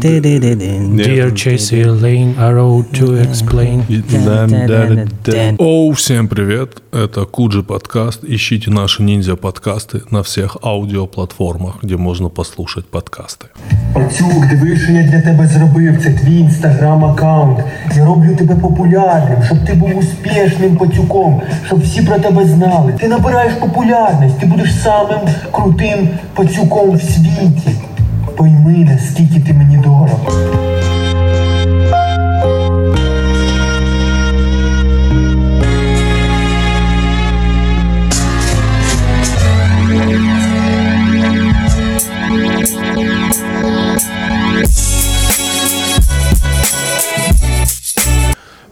Dear Chasey Lane, a road to Mm-hmm. explain. И- да, да, да, да. Оу, всем привет! Это Куджи подкаст. Ищите наши ниндзя подкасты на всех аудиоплатформах, где можно послушать подкасты. Пацюк, диви, що я для тебе зробив. Це твій інстаграм-аккаунт. Я роблю тебе популярним, щоб ти був успішним пацюком, щоб всі про тебе знали. Ти набираєш популярність, ти будеш самим крутим пацюком в світі. Пойми, наскільки ти мені дорого.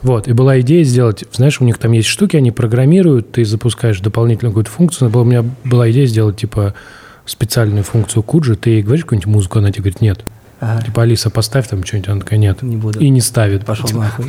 Вот, и была идея сделать, знаешь, у них там есть штуки, они программируют, ты запускаешь дополнительную какую-то функцию. Но у меня была идея сделать, типа, специальную функцию Куджи, ты ей говоришь какую-нибудь музыку, она тебе говорит «нет». Ага. Типа, Алиса, поставь там что-нибудь, она такая «нет». Не буду. И не ставит. Пошел Типа, нахуй.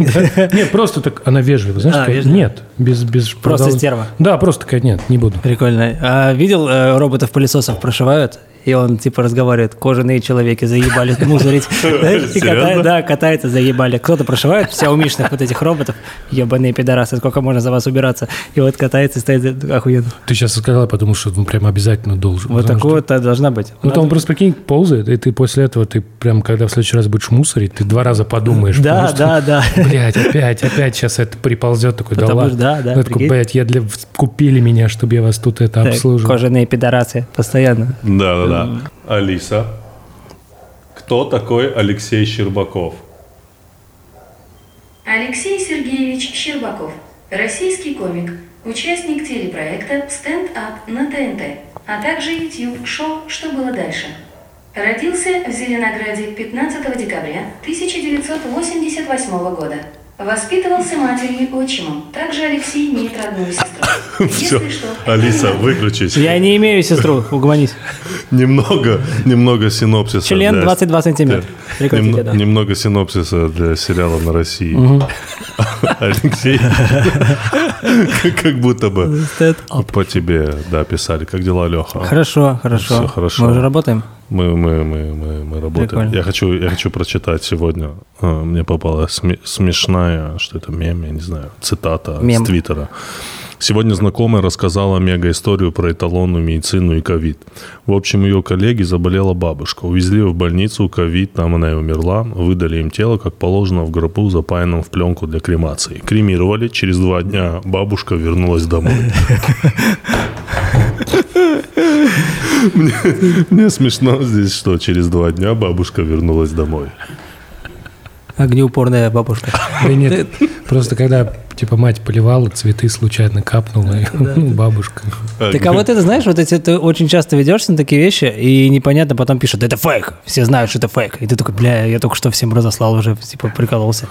Нет, просто так, она вежливо, знаешь, А, такая, вежливо. нет, без... без Просто продолж- стерва. Да, просто такая, нет, не буду. Прикольно. А, видел, э, роботов-пылесосов прошивают? И он типа разговаривает, кожаные человеки заебали мусорить. Знаешь, и катает- Да, катается, заебали. Кто-то прошивает сяомишных вот этих роботов, ебаные пидорасы, сколько можно за вас убираться. И вот катается и стоит охуенно. Ты сейчас сказала, потому что он прям обязательно должен. Вот потому что- такое-то должна быть. Ну, там просто, прикинь, ползает, и ты после этого, ты прям, когда в следующий раз будешь мусорить, ты два раза подумаешь. потому Да, что, да, да. Блядь, опять, опять сейчас это приползет, такой, да Потому ладно. что- да, да, Ну, я такой, прикинь. блядь, я для... купили меня, чтобы я вас тут это Так, обслуживал. Кожаные пидорасы, постоянно. Да, да, Эм. да. Алиса, кто такой Алексей Щербаков? Алексей Сергеевич Щербаков, российский комик, участник телепроекта «Стенд-ап» на ТНТ, а также YouTube-шоу «Что было дальше». Родился в Зеленограде 15 декабря 1988 года. Воспитывался матерью и отчимом. Также Алексей имеет родную сестру. Все, Если что, Алиса, выключись. Я не имею сестру, угомонись. Немного, немного синопсиса. Член для- 22 сантиметра. Прекратите, Нем- да. Немного синопсиса для сериала на России. Алексей, как- как будто бы Стенд-ап. по тебе, да, писали. Как дела, Леха? Хорошо, хорошо. Всё хорошо. Мы уже работаем? Мы, мы, мы, мы, мы работаем. Прикольно. Я хочу, я хочу прочитать сегодня. а, Мне попалась сме- смешная, что это мем, я не знаю, цитата Мем. с Твиттера. Сегодня знакомая рассказала мега-историю про эталонную медицину и ковид. В общем, ее коллеги заболела бабушка. Увезли ее в больницу, ковид, там она и умерла. Выдали им тело, как положено, в гробу, запаянном в пленку для кремации. Кремировали. Через два дня бабушка вернулась домой. Мне- Мне смешно здесь, что через два дня бабушка вернулась домой. Огнеупорная бабушка. Да нет, просто когда, типа, мать поливала, цветы случайно капнула, и, ну, бабушка. Так а вот это, знаешь, вот эти ты очень часто ведешься на такие вещи, и непонятно потом пишут, это фейк, все знают, что это фейк. И ты такой, бля, я только что всем разослал уже, типа, прикололся.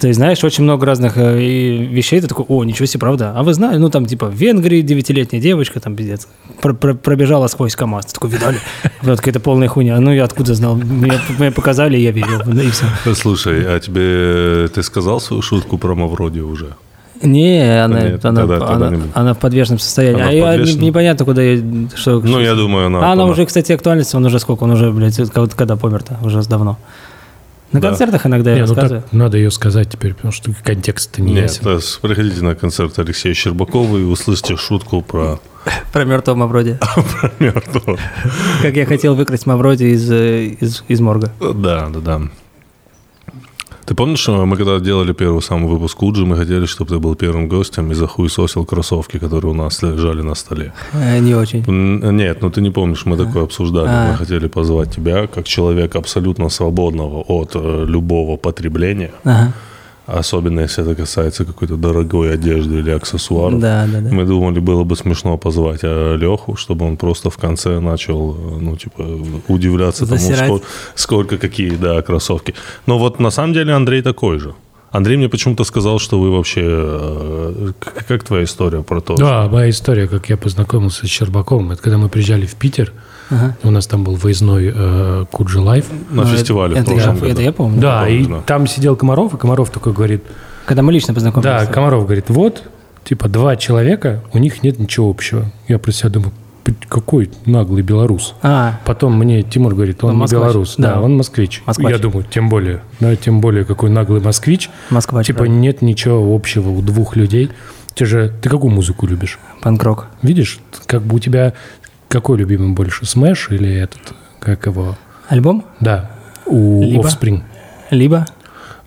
То есть, знаешь, очень много разных э, и вещей, ты такой, о, ничего себе, правда. А вы знали, ну, там, типа, в Венгрии девятилетняя девочка, там, пиздец, пр- пр- пробежала сквозь КамАЗ. Ты такой, видали? Вот какая-то полная хуйня. Ну, я откуда знал? Мне, мне показали, я верил, ну, и все. Слушай, а тебе ты сказал свою шутку про Мавроди уже? Не, она, Нет, она, тогда- тогда она- не буду. она в подвешенном состоянии. а Она в я- не- подвешенном? непонятно, куда я... Что, Ну, я думаю, она. А она она- уже, кстати, актуальность, он уже сколько, он уже, блядь, вот когда, когда помер-то, уже с давно. На Да. концертах иногда я Не, ну рассказываю. так надо ее сказать теперь, потому что контекст-то не Нет, ясен. э, с- приходите на концерт Алексея Щербакова и услышите шутку про Про мертвого Мавроди. мертвого. Как я хотел выкрасть Мавроди из, э, из, из морга. Да, да, да. Ты помнишь, э, мы когда делали первый самый выпуск Куджи, мы хотели, чтобы ты был первым гостем и захуесосил кроссовки, которые у нас лежали на столе. Э, Не очень. М, Нет, ну ты не помнишь, мы такое обсуждали. А. Мы хотели позвать тебя как человека абсолютно свободного от э, любого потребления. Ага. Особенно если это касается какой-то дорогой одежды или аксессуаров. Да, да, да. Мы думали, было бы смешно позвать э, Леху, чтобы он просто в конце начал, э, ну, типа, удивляться Засирать. тому, сколько, сколько какие, да, кроссовки. Но вот на самом деле Андрей такой же. Андрей мне почему-то сказал, что вы вообще... э, к- Как твоя история про то? Да, Ну, а моя история, как я познакомился с Щербаковым, это когда мы приезжали в Питер, у нас там был выездной э, Куджи Лайф. что На Ну, фестивале это, в прошлом это, я, году. это я помню. Да, и да. там сидел Комаров, и Комаров такой говорит, Когда мы лично да, познакомились. Комаров говорит, вот, типа, два человека, у них нет ничего общего. Я про себя думаю, какой наглый белорус. А, Потом мне Тимур говорит, он, Он не москвич. белорус, да, Да. он москвич. Москвач. Я думаю, тем более, да, тем более какой наглый москвич. Москвач, Типа да. нет ничего общего у двух людей. Ты же, ты какую музыку любишь? панкрок. Видишь, как бы у тебя какой любимый больше, Смэш или этот, как его? Альбом? Да, у Либо. Offspring. Либо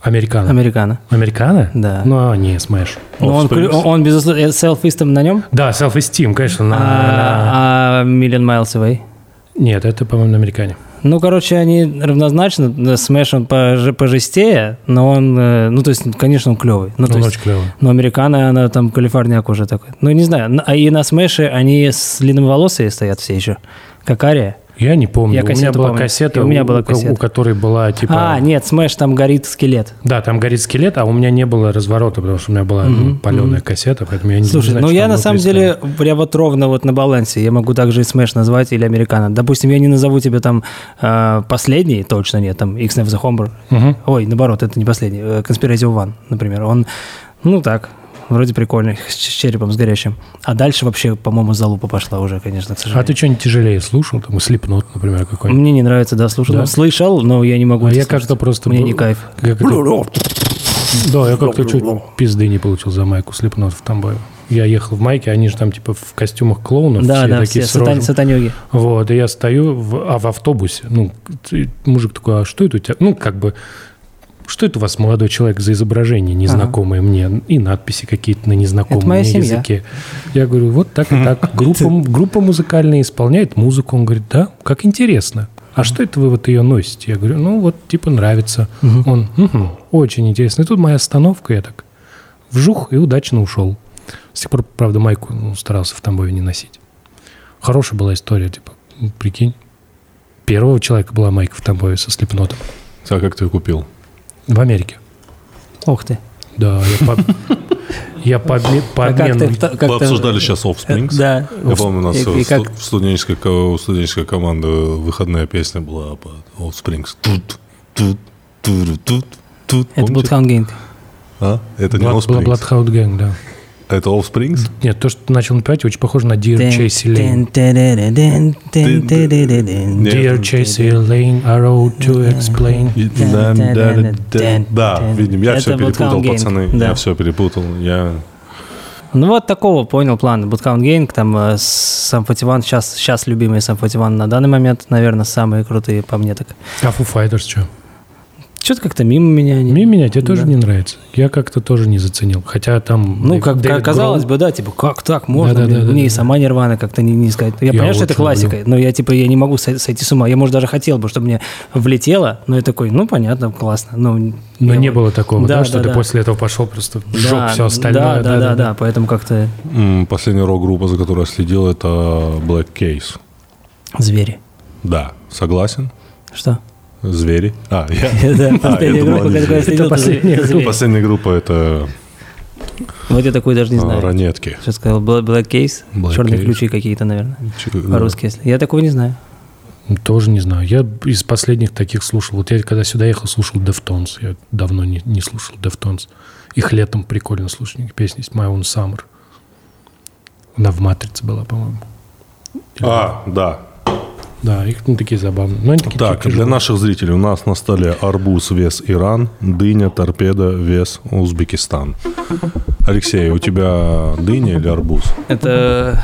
Американо. американо. Американо? Да. Ну, не, Смэш. Но он, Offspring. он, он, безусловно, селфистом на нем? Да, Self-Esteem, конечно. на- на- А, а Million Miles Away? Нет, это, по-моему, на Американе. Ну, короче, они равнозначно. Смэш он поже- пожестее, но он... э, Ну, то есть, конечно, он клевый. Ну, то Он есть, очень клевый. Но американо, она там калифорняк уже такой. Ну, не знаю. на- А и на смэше они с длинноволосые стоят все еще. Как Ария. Я не помню. Я у меня кассету была помню. кассета, И у меня была ко- кассета. у которой была типа. А, нет, смэш, там горит скелет. Да, там горит скелет, а у меня не было разворота, потому что у меня была ну, паленая кассета, поэтому я не Слушай, знаю, ну что я там на самом внутри деле прям вот ровно вот на балансе. Я могу также и смэш назвать или американо. Допустим, я не назову тебе там э, последний, точно нет, там X the Homber. Ой, наоборот, это не последний. э, Conspiracy of One, например. Он, ну так, вроде прикольный, с ч- с черепом, с горящим. А дальше вообще, по-моему, залупа пошла уже, конечно, к стоит. сожалению. А ты что-нибудь тяжелее слушал? Там слепнот, например, какой-нибудь. Мне не нравится, да, слушал. Да? Слышал, но я не могу. А это я слушать. как-то просто... Мне был- не кайф. как это- Да, я как-то чуть пизды не получил за майку слепнот в Тамбове. Я ехал в майке, они же там типа в костюмах клоунов, Да, все да, такие все с рожем. сатан- сатанёги. Вот, и я стою, в, а в автобусе, ну, ты- мужик такой, а что это у тебя? Ну, как бы, что это у вас, молодой человек, за изображение незнакомое мне? И надписи какие-то на незнакомом Это моя мне семья. языке. Я говорю, вот так и так. Группа, группа музыкальная исполняет музыку. Он говорит, да, как интересно. А что это вы вот ее носите? Я говорю, ну вот, типа, нравится. Он, «Мгм, очень интересно. И тут моя остановка, я так вжух и удачно ушел. С тех пор, правда, майку ну, старался в Тамбове не носить. Хорошая была история, типа, ну, прикинь. Первого человека была майка в Тамбове со слепнотом. А как ты ее купил? В Америке. Ух ты. Да, я по, я по, обме- по А как ты- обмену. та- как Мы ты- э, обсуждали сейчас Offsprings. Да. Я помню, у нас И- э, и в сту- как- в студенческой, ко- у студенческой команды выходная песня была по Offsprings. Тут, тут, туру, тут, тут. Это Помните? Bloodhound Gang. А? Это не Бла- бла- Offsprings. Bloodhound Gang, да. Это Offsprings? Нет, то, что ты начал напевать, очень похоже на Dear Chase Lane. Нет. Dear Chase Lane, I wrote to explain. И- Да, да, да, да, видим, я Это все перепутал, Bloodhound Gang, пацаны. да. Я все перепутал. Я Ну вот такого понял плана. Bootcamp Gang, там э, Сам Фативан, сейчас, сейчас любимый Сам Фативан на данный момент, наверное, самые крутые по мне так. А Foo Fighters что? Что-то как-то мимо меня они. Мне меня тебе тоже Да. не нравится. Я как-то тоже не заценил. Хотя там... Ну, Дэвид- как, Дэвид казалось Гроул- бы, да, типа, как так можно? Да-да-да-да-да. блин, мне и сама Нирвана как-то не, не сказать. Ну, Я, Я понимаю, что очень это классика, но я, типа, я не могу сой- сойти с ума. Я, может, даже хотел бы, чтобы мне влетело, но я такой, ну, понятно, классно. Но, Но я не бы- было такого, да, Да, что да, ты да. после этого пошел просто Да, сжег все остальное. Да, да, да, да, поэтому как-то м, последняя рок-группа, за которой я следил, это Black Case. звери. Да, согласен. Что? Звери. А, я. Да, А, я последняя думал, группа, которую я они звери. следил, это последняя «Звери». Последняя группа это Вот я такой даже не а, знаю. ранетки. Что сказал? Бла- Black Case? Black Черные Case. ключи какие-то, наверное. Чё- По-русски, если. Я такого не знаю. Тоже не знаю. Я из последних таких слушал. Вот я когда сюда ехал, слушал Deftones. Я давно не, не слушал Deftones. Их летом прикольно слушать. У них Песня есть My Own Summer. Она в «Матрице» была, по-моему. А, да. Да, их ну, такие забавные. Но они такие Так, тяжелые. для наших зрителей у нас на столе арбуз вес Иран, дыня, торпеда вес Узбекистан. Алексей, у тебя дыня или арбуз? Это...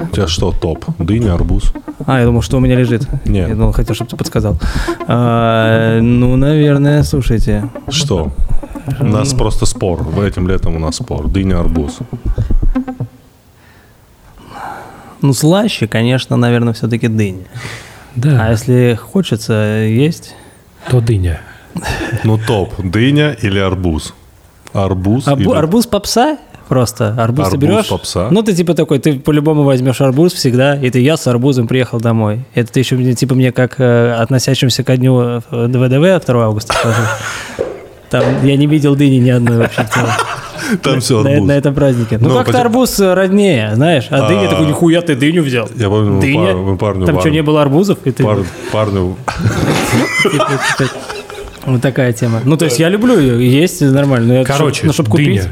У тебя что топ? Дыня, арбуз? А, я думал, что у меня лежит. Нет. Я думал, хотел, чтобы ты подсказал. А, ну, наверное, слушайте. Что? У нас просто спор. В этим летом у нас спор. Дыня, арбуз. Ну, слаще, конечно, наверное, все-таки дыня. А Да, если хочется есть... А то дыня. Ну топ. Дыня или арбуз? Арбуз Арбу- или... Арбуз попса? Просто арбуз, ты Арбуз берешь. попса. Ну, ты типа такой, ты по-любому возьмешь арбуз всегда, и ты я с арбузом приехал домой. Это ты еще мне, типа мне как э, относящимся ко дню э, ВДВ 2 августа скажу. Там я не видел дыни ни одной вообще в целом. Там все на, арбуз. на этом празднике. Ну, Ну, как-то поди- арбуз э, роднее, знаешь. А, дыня такой, нихуя ты дыню взял. Я помню, мы Дыня? пар- мы парню Там в что, арм- не было арбузов? И ты... Пар- Парню... Вот такая тема. Ну, то есть я люблю ее, есть нормально. но я- Короче, ну, чтоб купить. дыня.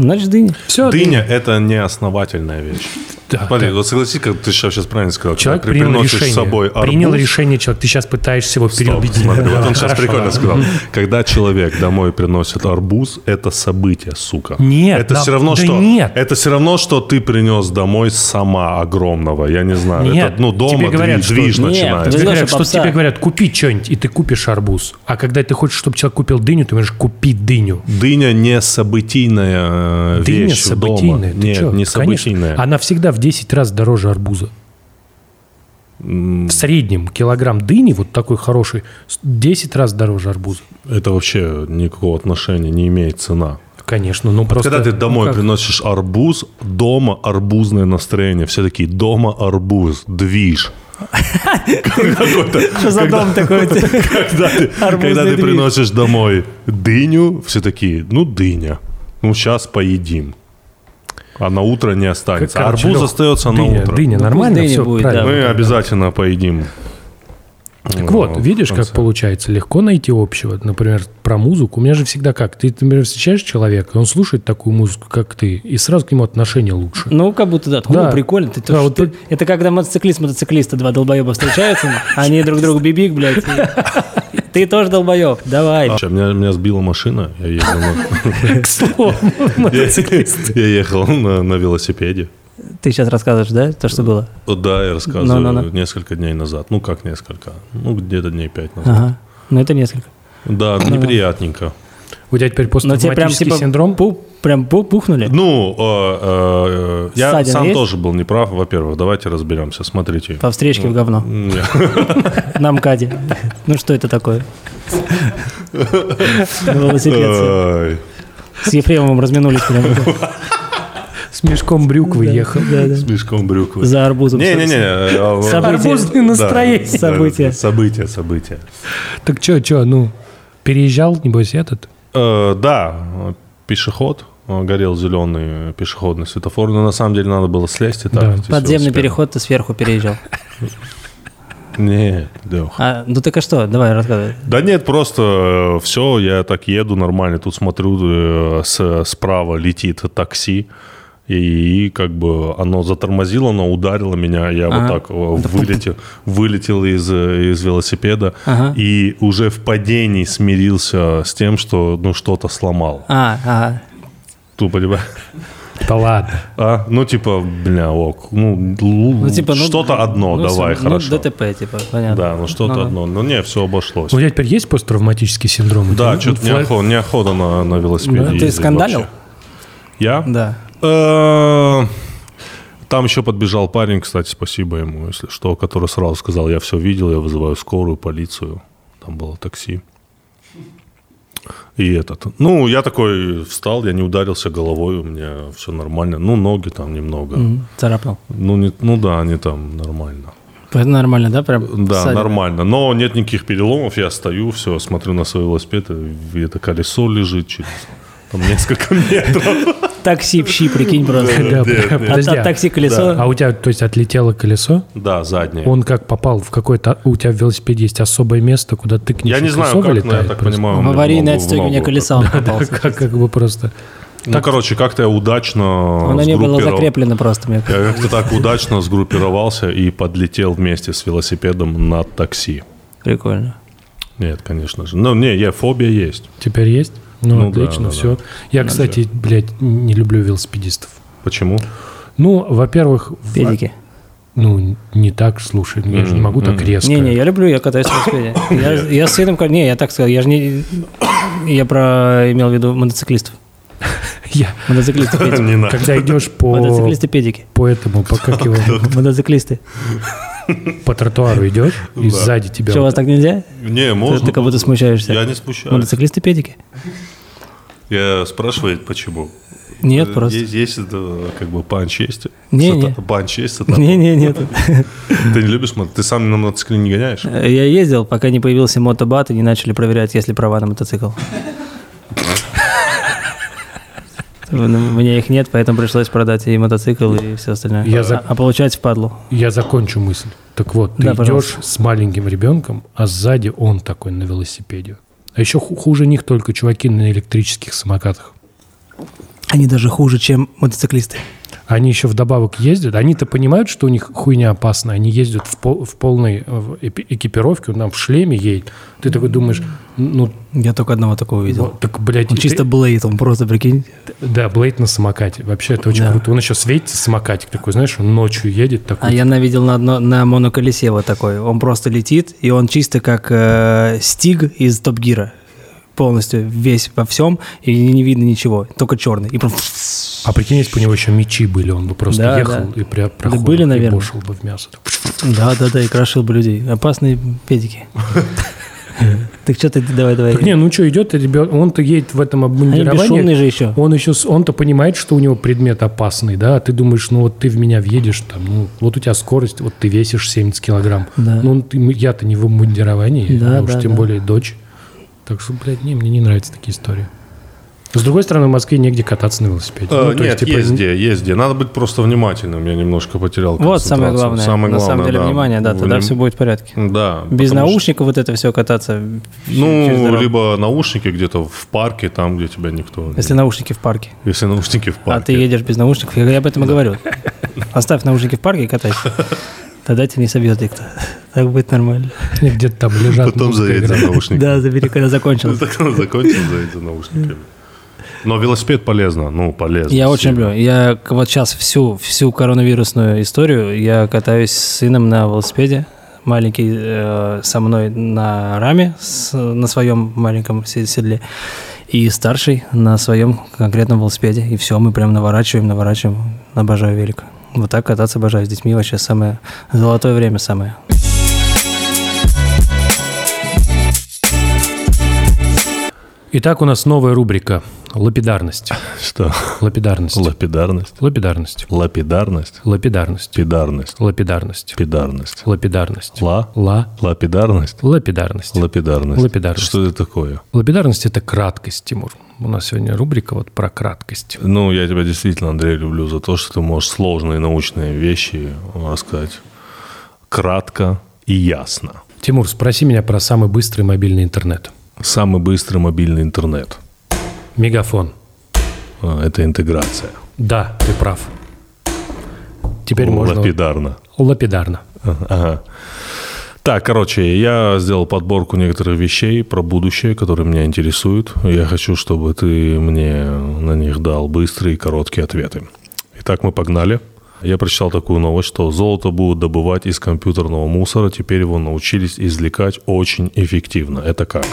Значит, дыня. Все, Дыня – это не основательная вещь. Да, А Смотри, да. вот согласись, как ты сейчас правильно сказал. когда Человек ты принял приносишь решение. с собой арбуз, принял решение человек. Ты сейчас пытаешься его Стоп, переубедить. смотри, Да, вот он сейчас хорошо, прикольно ладно. сказал. Когда человек домой приносит арбуз, это событие, сука. Нет, это да- все равно да что. нет. Это все равно что ты принес домой сама огромного. Я не знаю. Нет, это, ну дома тебе говорят, движ, что- движ Нет, начинается. Тебе Ну, говорят, знаешь, что попса. тебе говорят, купи что-нибудь, и ты купишь арбуз. А когда ты хочешь, чтобы человек купил дыню, ты говоришь, купи дыню. Дыня не событийная э, Дыня вещь дома. событийная. ты Нет, чё? не Конечно. А событийная. Она всегда в 10 раз дороже арбуза. В среднем килограмм дыни, вот такой хороший, с- 10 раз дороже арбуза. Это вообще никакого отношения не имеет цена. Конечно, ну просто... Когда ты домой ну, как- приносишь арбуз, дома арбузное настроение. Все такие, дома арбуз, движ. Что за дом такой? у тебя? Когда ты, Арбузный когда ты движ. приносишь домой дыню, все такие, ну дыня, ну сейчас поедим. А на утро не как- останется. короче, арбуз Лёх, остается дыня, на утро. Дыня, Ну, нормально, пусть дыня все будет, да. правильно. Мы обязательно поедим. Так вот, видишь, как получается, легко найти общего. Например, про музыку. У меня же всегда как? Ты, например, встречаешь человека, и он слушает такую музыку, как ты, и сразу к нему отношение лучше. Ну, как будто да. Да. Ну, прикольно. Ты Да, тоже- вот ты- тут- Это когда мотоциклист, мотоциклиста, два долбоеба встречаются, они друг другу бибик, блядь. и- Ты тоже долбоеб, давай. Меня, меня сбила машина, я ездил на- К слову, мотоциклист. я ехал на на велосипеде. Ты сейчас рассказываешь, да, то, что было? Вот Да, я рассказываю Ну-ну-ну. несколько дней назад. Ну, как несколько? Ну, где-то дней пять назад. Ага. Ну, это несколько. Да, неприятненько. У тебя теперь Но тебе прям посттравматический типа синдром. пу- прям пу- пухнули? Ну, э, э, я Ссадина сам есть? тоже был неправ. Во-первых, давайте разберемся. Смотрите. По встречке в говно. На МКАДе. Ну, что это такое? На велосипеде. Ай. С Ефремовым разминулись прям. С мешком брюк выехал. Да, да. С мешком брюквы. За арбузом. Не-не-не. э, э, События. Арбузное настроение. да, События. да, События, события. Так чё, чё, ну, переезжал, небось, этот? Э, Да, э, пешеход. э, Горел зеленый пешеходный светофор. Но на самом деле надо было слезть и так. Да. идти с Подземный велосипедом. переход ты сверху переезжал. Нет, Лёх. А, ну так а что? Давай, рассказывай. Да нет, просто все, я так еду нормально, тут смотрю, э, с- справа летит такси, и, как бы оно затормозило, оно ударило меня, я Ага. вот так э, вылетел, вылетел из, э, из велосипеда, Ага. и уже в падении смирился с тем, что ну что-то сломал. А, а, Ты понимаешь? Да ладно. А? Ну типа, бля, ок, ну, л- ну типа... ну, что-то одно, ну, давай, всё, хорошо. Ну, ДТП, типа, понятно. Да, ну что-то Ну-ну. одно, ну не, все обошлось. У тебя теперь есть посттравматический синдром? Ну, У Да, тебя что-то флаг- неохота, неохота на, на велосипеде. Да. Ну, Ты ездить скандалил? вообще. Я? Да. Э, Там еще подбежал парень, кстати, спасибо ему, если что, который сразу сказал, я все видел, я вызываю скорую, полицию. Там было такси. И этот. Ну, я такой встал, я не ударился головой, у меня все нормально. Ну, ноги там немного. М, Царапнул. Ну, не, ну да, они там нормально. Это нормально, да, прям? Да, ссадина? нормально. Но нет никаких переломов. Я стою, все, смотрю на свой велосипед, и это колесо лежит через там, несколько метров. Такси в щи, прикинь, просто. Да, Нет, нет. От подожди, от такси колесо. А у тебя, то есть, отлетело колесо? Да, заднее. Он как попал в какое-то... У тебя в велосипеде есть особое место, куда ты к Я не знаю, как, но я так понимаю. он мне в Аварийное ногу- в отстегивание ногу. колеса он попался. а Как, как бы просто... Ну, короче, как-то я удачно Оно не было сгруппировал- закреплено просто, мне кажется. Я как-то так удачно сгруппировался и подлетел вместе с велосипедом на такси. Прикольно. Нет, конечно же. Ну, не, я фобия есть. Теперь есть? Ну, Ну, да, отлично, да, все. Я, кстати, блядь, не люблю велосипедистов. Почему? Ну, во-первых... в- Педики. Ну, не так, слушай, ну, я же не могу так резко. Не-не, я люблю, я катаюсь на велосипеде. Я, я с сыном... Не, я так сказал, я же не... Я про... имел в виду мотоциклистов. Я- Мотоциклисты педики. Не надо. Когда идешь по, Мотоциклисты педики. по этому, по, как его, Мотоциклисты. по тротуару идешь, и сзади тебя... Что, у вас так нельзя? Не, Ты, можно. ты как будто смущаешься. Я не смущаюсь. Мотоциклисты педики? Я спрашиваю, почему. Нет, просто. Э, Есть, есть это, как бы панч есть? Не, Сата- не. Панч есть? сатана? Не, не, нет. Ты не любишь мотоцикл? Ты сам на мотоцикле не гоняешь? Я ездил, пока не появился мотобат и не начали проверять, есть ли права на мотоцикл. Ну, У меня их нет, поэтому пришлось продать и мотоцикл, и все остальное. Я а, за- а получать впадлу. Я закончу мысль. Так вот, ты Да, идешь пожалуйста. с маленьким ребенком, а сзади он такой на велосипеде. А еще ху- хуже них только чуваки на электрических самокатах. Они даже хуже, чем мотоциклисты. Они еще вдобавок ездят. Они-то понимают, что у них хуйня опасная. Они ездят в, пол- в полной э, в эпи- экипировке, он там в шлеме едет. Ты такой думаешь, ну, Я только одного такого видел. вот, так, блядь... Он и чисто ты- Блейд, он просто, прикинь. Да, Блейд на самокате. Вообще это очень Да. круто. Он еще светится, самокатик такой, знаешь, он ночью едет такой. А я навидел на, одно, на моноколесе вот такой. Он просто летит, и он чисто как э, Стиг из Топ Гира. Полностью весь во всем, и не, не видно ничего, только черный. И прям... А прикинь, если бы у него еще мечи были, он бы просто Да, ехал да. и прям проходил, были, и наверное. бошил бы в мясо. Да-да-да, и крошил бы людей. Опасные педики. Так что ты, давай, давай. Так не, ну что, идет ребят, он-то едет в этом Они бесшумные обмундировании. же еще. Он еще, с- он-то понимает, что у него предмет опасный, да, а ты думаешь, ну вот ты в меня въедешь, там, ну вот у тебя скорость, вот ты весишь 70 килограмм. Да. Ну ты- я-то не в обмундировании, Да, а уж да, тем да. более дочь. Так что, блядь, не, мне не нравятся такие истории. С другой стороны, в Москве негде кататься на велосипеде. Э, Ну, то Нет, есть, типа, есть где, есть где. Надо быть просто внимательным. Я немножко потерял Вот самое концентрацию. главное. Самое На самом главное, деле, да. внимание, да, тогда Вним- все будет в порядке. Да. Без потому что- наушников вот это все кататься. через Ну, дорогу. либо наушники где-то в парке, там, где тебя никто... Если наушники в парке. Если наушники в парке. А ты едешь без наушников, я, я об этом и говорю. Оставь наушники в парке и катайся. Тогда тебя не собьет никто. Так будет нормально. они где-то там лежат. Потом музыка заедь за играет. наушниками. Да, забери, когда закончил. Закончим заедь за наушниками. Но велосипед полезно. Ну, полезно. Я очень сильно. люблю. Я к- вот сейчас всю, всю коронавирусную историю, я катаюсь с сыном на велосипеде, маленький э, со мной на раме, с- на своем маленьком се- седле, и старший на своем конкретном велосипеде. И все, мы прям наворачиваем, наворачиваем. Обожаю велик. Вот так кататься обожаю. С детьми вообще самое золотое время самое. Итак, у нас новая рубрика «Лапидарность». Что? Лапидарность. Лапидарность. Лапидарность. Лапидарность. Лапидарность. Пидарность. Лапидарность. Пидарность. Лапидарность. Ла. Ла. Лапидарность. Лапидарность. Лапидарность. Лапидарность. Что это такое? Лапидарность – это краткость, Тимур. У нас сегодня рубрика вот про краткость. Ну, я тебя действительно, Андрей, люблю за то, что ты можешь сложные научные вещи э, рассказать кратко и ясно. Тимур, спроси меня про самый быстрый мобильный интернет. Самый быстрый мобильный интернет. Мегафон. А, Это интеграция. Да, ты прав. Теперь можно... Лапидарно. Лапидарно. Ага. Так, короче, я сделал подборку некоторых вещей про будущее, которые меня интересуют. Я хочу, чтобы ты мне на них дал быстрые и короткие ответы. Итак, мы погнали. Я прочитал такую новость, что золото будут добывать из компьютерного мусора. Теперь его научились извлекать очень эффективно. Это как?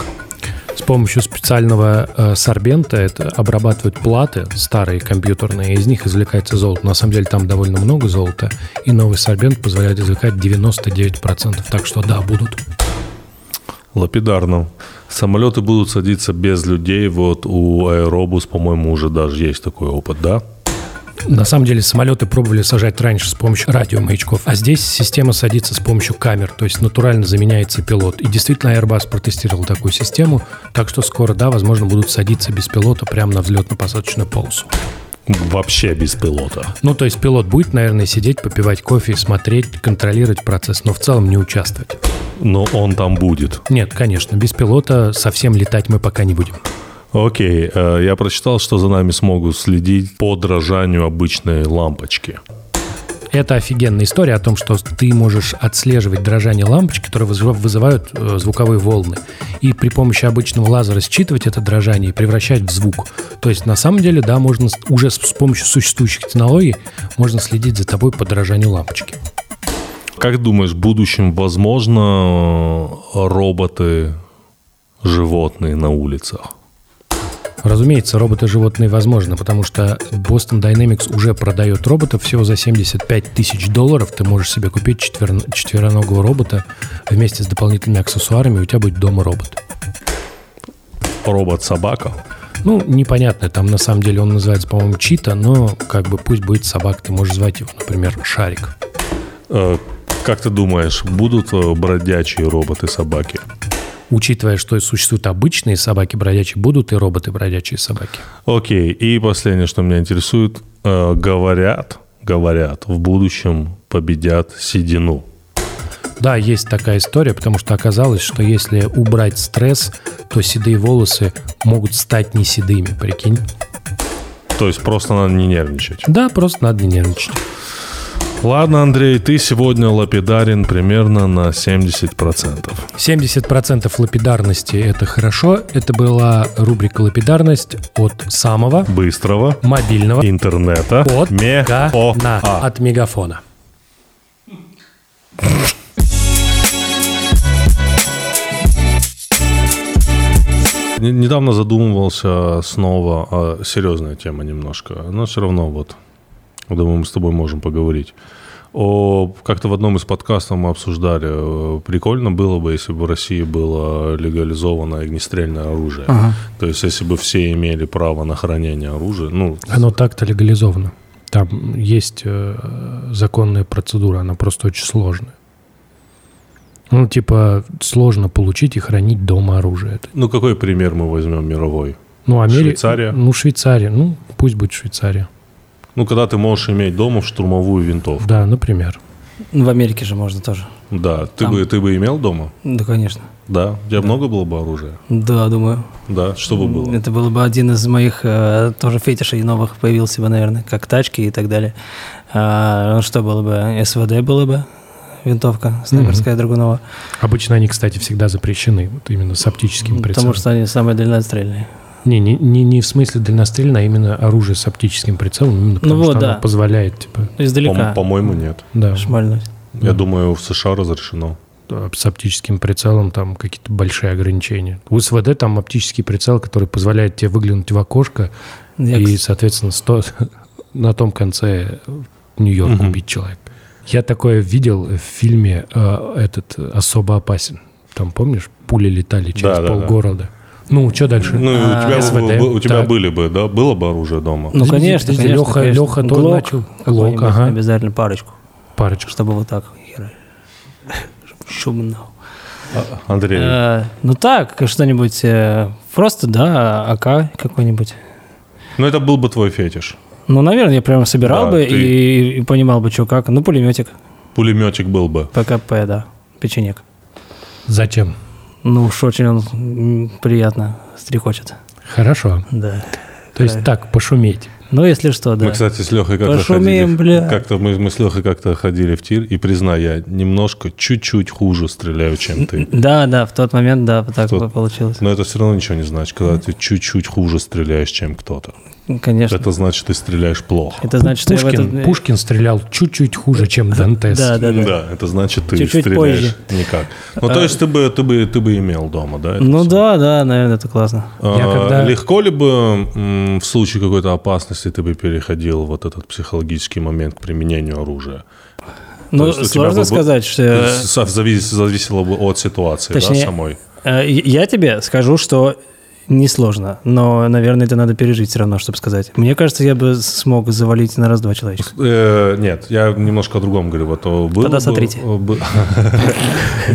С помощью специального э, сорбента это обрабатывают платы старые компьютерные, и из них извлекается золото. На самом деле там довольно много золота, и новый сорбент позволяет извлекать 99%. Так что да, будут. Лапидарно. Самолеты будут садиться без людей. Вот у Аэробус, по-моему, уже даже есть такой опыт, да? На самом деле самолеты пробовали сажать раньше с помощью радиомаячков, а здесь система садится с помощью камер, то есть натурально заменяется пилот. И действительно Airbus протестировал такую систему, так что скоро, да, возможно, будут садиться без пилота прямо на взлетно-посадочную полосу. Вообще без пилота. Ну, то есть пилот будет, наверное, сидеть, попивать кофе, смотреть, контролировать процесс, но в целом не участвовать. Но он там будет. Нет, конечно, без пилота совсем летать мы пока не будем. Окей, э, я прочитал, что за нами смогут следить по дрожанию обычной лампочки. Это офигенная история о том, что ты можешь отслеживать дрожание лампочки, которые вызыва- вызывают э, звуковые волны, и при помощи обычного лазера считывать это дрожание и превращать в звук. То есть, на самом деле, да, можно с- уже с с помощью существующих технологий можно следить за тобой по дрожанию лампочки. Как думаешь, в будущем возможно э, роботы, животные на улицах? Разумеется, роботы-животные возможно, потому что Boston Dynamics уже продает роботов всего за 75 тысяч долларов. Ты можешь себе купить четверн- четвероногого робота вместе с дополнительными аксессуарами, и у тебя будет дома робот. Робот-собака? Ну, непонятно, там на самом деле он называется, по-моему, Чита, но как бы пусть будет собак, ты можешь звать его, например, Шарик. Э, Как ты думаешь, будут э, бродячие роботы-собаки? Учитывая, что существуют обычные собаки бродячие, будут и роботы-бродячие собаки. Окей, и последнее, что меня интересует. э, Говорят, говорят, в будущем победят седину. Да, есть такая история, потому что оказалось, что если убрать стресс, то седые волосы могут стать не седыми, прикинь. То есть просто надо не нервничать. Да, просто надо не нервничать. Ладно, Андрей, ты сегодня лапидарен примерно на 70%. 70% лапидарности – это хорошо. Это была рубрика «Лапидарность» от самого Быстрого мобильного интернета. от Мегафона. от мегафона. Не- Недавно задумывался снова, а, серьезная тема немножко, но все равно вот, думаю, мы с тобой можем поговорить. О, как-то в одном из подкастов мы обсуждали, э, прикольно было бы, если бы в России было легализовано огнестрельное оружие. А. То есть, если бы все имели право на хранение оружия, ну, Оно так-то легализовано. Там есть э, законная процедура, она просто очень сложная. Ну, типа, сложно получить и хранить дома оружие. Это- ну какой пример мы возьмем мировой? Ну, Амери- Швейцария? Ну, Швейцария. Ну, пусть будет Швейцария. Ну, когда ты можешь иметь дома штурмовую винтовку. Да, например. Ну, В Америке же можно тоже. Да, ты Там. бы, ты бы имел дома? Да, конечно. Да. У тебя много было бы оружия? Да, думаю. Да. Что бы было? Это был бы один из моих э, тоже фетишей новых появился бы, наверное, как тачки и так далее. А, ну, что было бы? СВД было бы, винтовка снайперская Драгунова, Обычно они, кстати, всегда запрещены, вот именно с оптическим прицелом. Ну, потому что они самые дальнострельные. Не, не, не, не в смысле дальнострельное, а именно оружие с оптическим прицелом, именно потому Ну вот, что оно да. позволяет, типа, Ну, Издалека По- По-моему, нет. да, шмальнуть. Я думаю, в США разрешено. э, с оптическим прицелом там какие-то большие ограничения. У СВД там оптический прицел, который позволяет тебе выглянуть в окошко Я, и, кс- соответственно, сто, на том конце Нью-Йорк убить человека. Я такое видел в фильме э, этот э, «Особо опасен». Там, помнишь, пули летали через Да, да, да. полгорода. Ну, что дальше? Ну, и у А, тебя, СВД, бы- у тебя так. были бы, да, было бы оружие дома. Ну, конечно, подожди, конечно, Лёха- конечно. Лёха тоже Глок начал. какой-нибудь, Глок, ага. Обязательно парочку, Парочка. чтобы вот так хера. Шумно. Андрей, Э, ну так, что-нибудь э, просто, да, АК какой-нибудь. ну это был бы твой фетиш. Ну, наверное, я прямо собирал Да, бы ты- и, и понимал бы, что как. Ну, пулеметик, Пулеметик был бы. ПКП, да, печенек. Зачем? Ну уж очень он м, приятно стрекочет. Хорошо. Да. То есть так, пошуметь. Ну, если что, да. Мы, кстати, с Лехой как-то Пошумим, ходили. бля. Как-то мы, мы с Лехой как-то ходили в тир, и признаю, я немножко чуть-чуть хуже стреляю, чем ты. Да, да, в тот момент, да, вот так тот- бы получилось. Но это все равно ничего не значит, когда ты чуть-чуть хуже стреляешь, чем кто-то. Конечно. Это, Это значит, ты стреляешь плохо. значит, что я в Пушкин, этот- э, Пушкин стрелял чуть-чуть хуже, чем Дантес. Да, да, да. Да, это значит, ты Чуть-чуть стреляешь позже. А, никак. Ну, то есть ты бы, ты бы, ты бы имел дома, да? это Ну всё? да, да, наверное, это классно. Я А, когда- Легко ли бы м, в случае какой-то опасности ты бы переходил вот этот психологический момент к применению оружия? Ну, есть у тебя бы сложно был- сказать, что... То э, есть со- завис- зависело бы от ситуации, Точнее, да, самой? э, Я тебе скажу, что несложно, но, наверное, это надо пережить все равно, чтобы сказать. Мне кажется, я бы смог завалить на раз-два человечка. Э, нет, я немножко о другом говорю. Вот, о, было Тогда бы- сотрите. о, бы-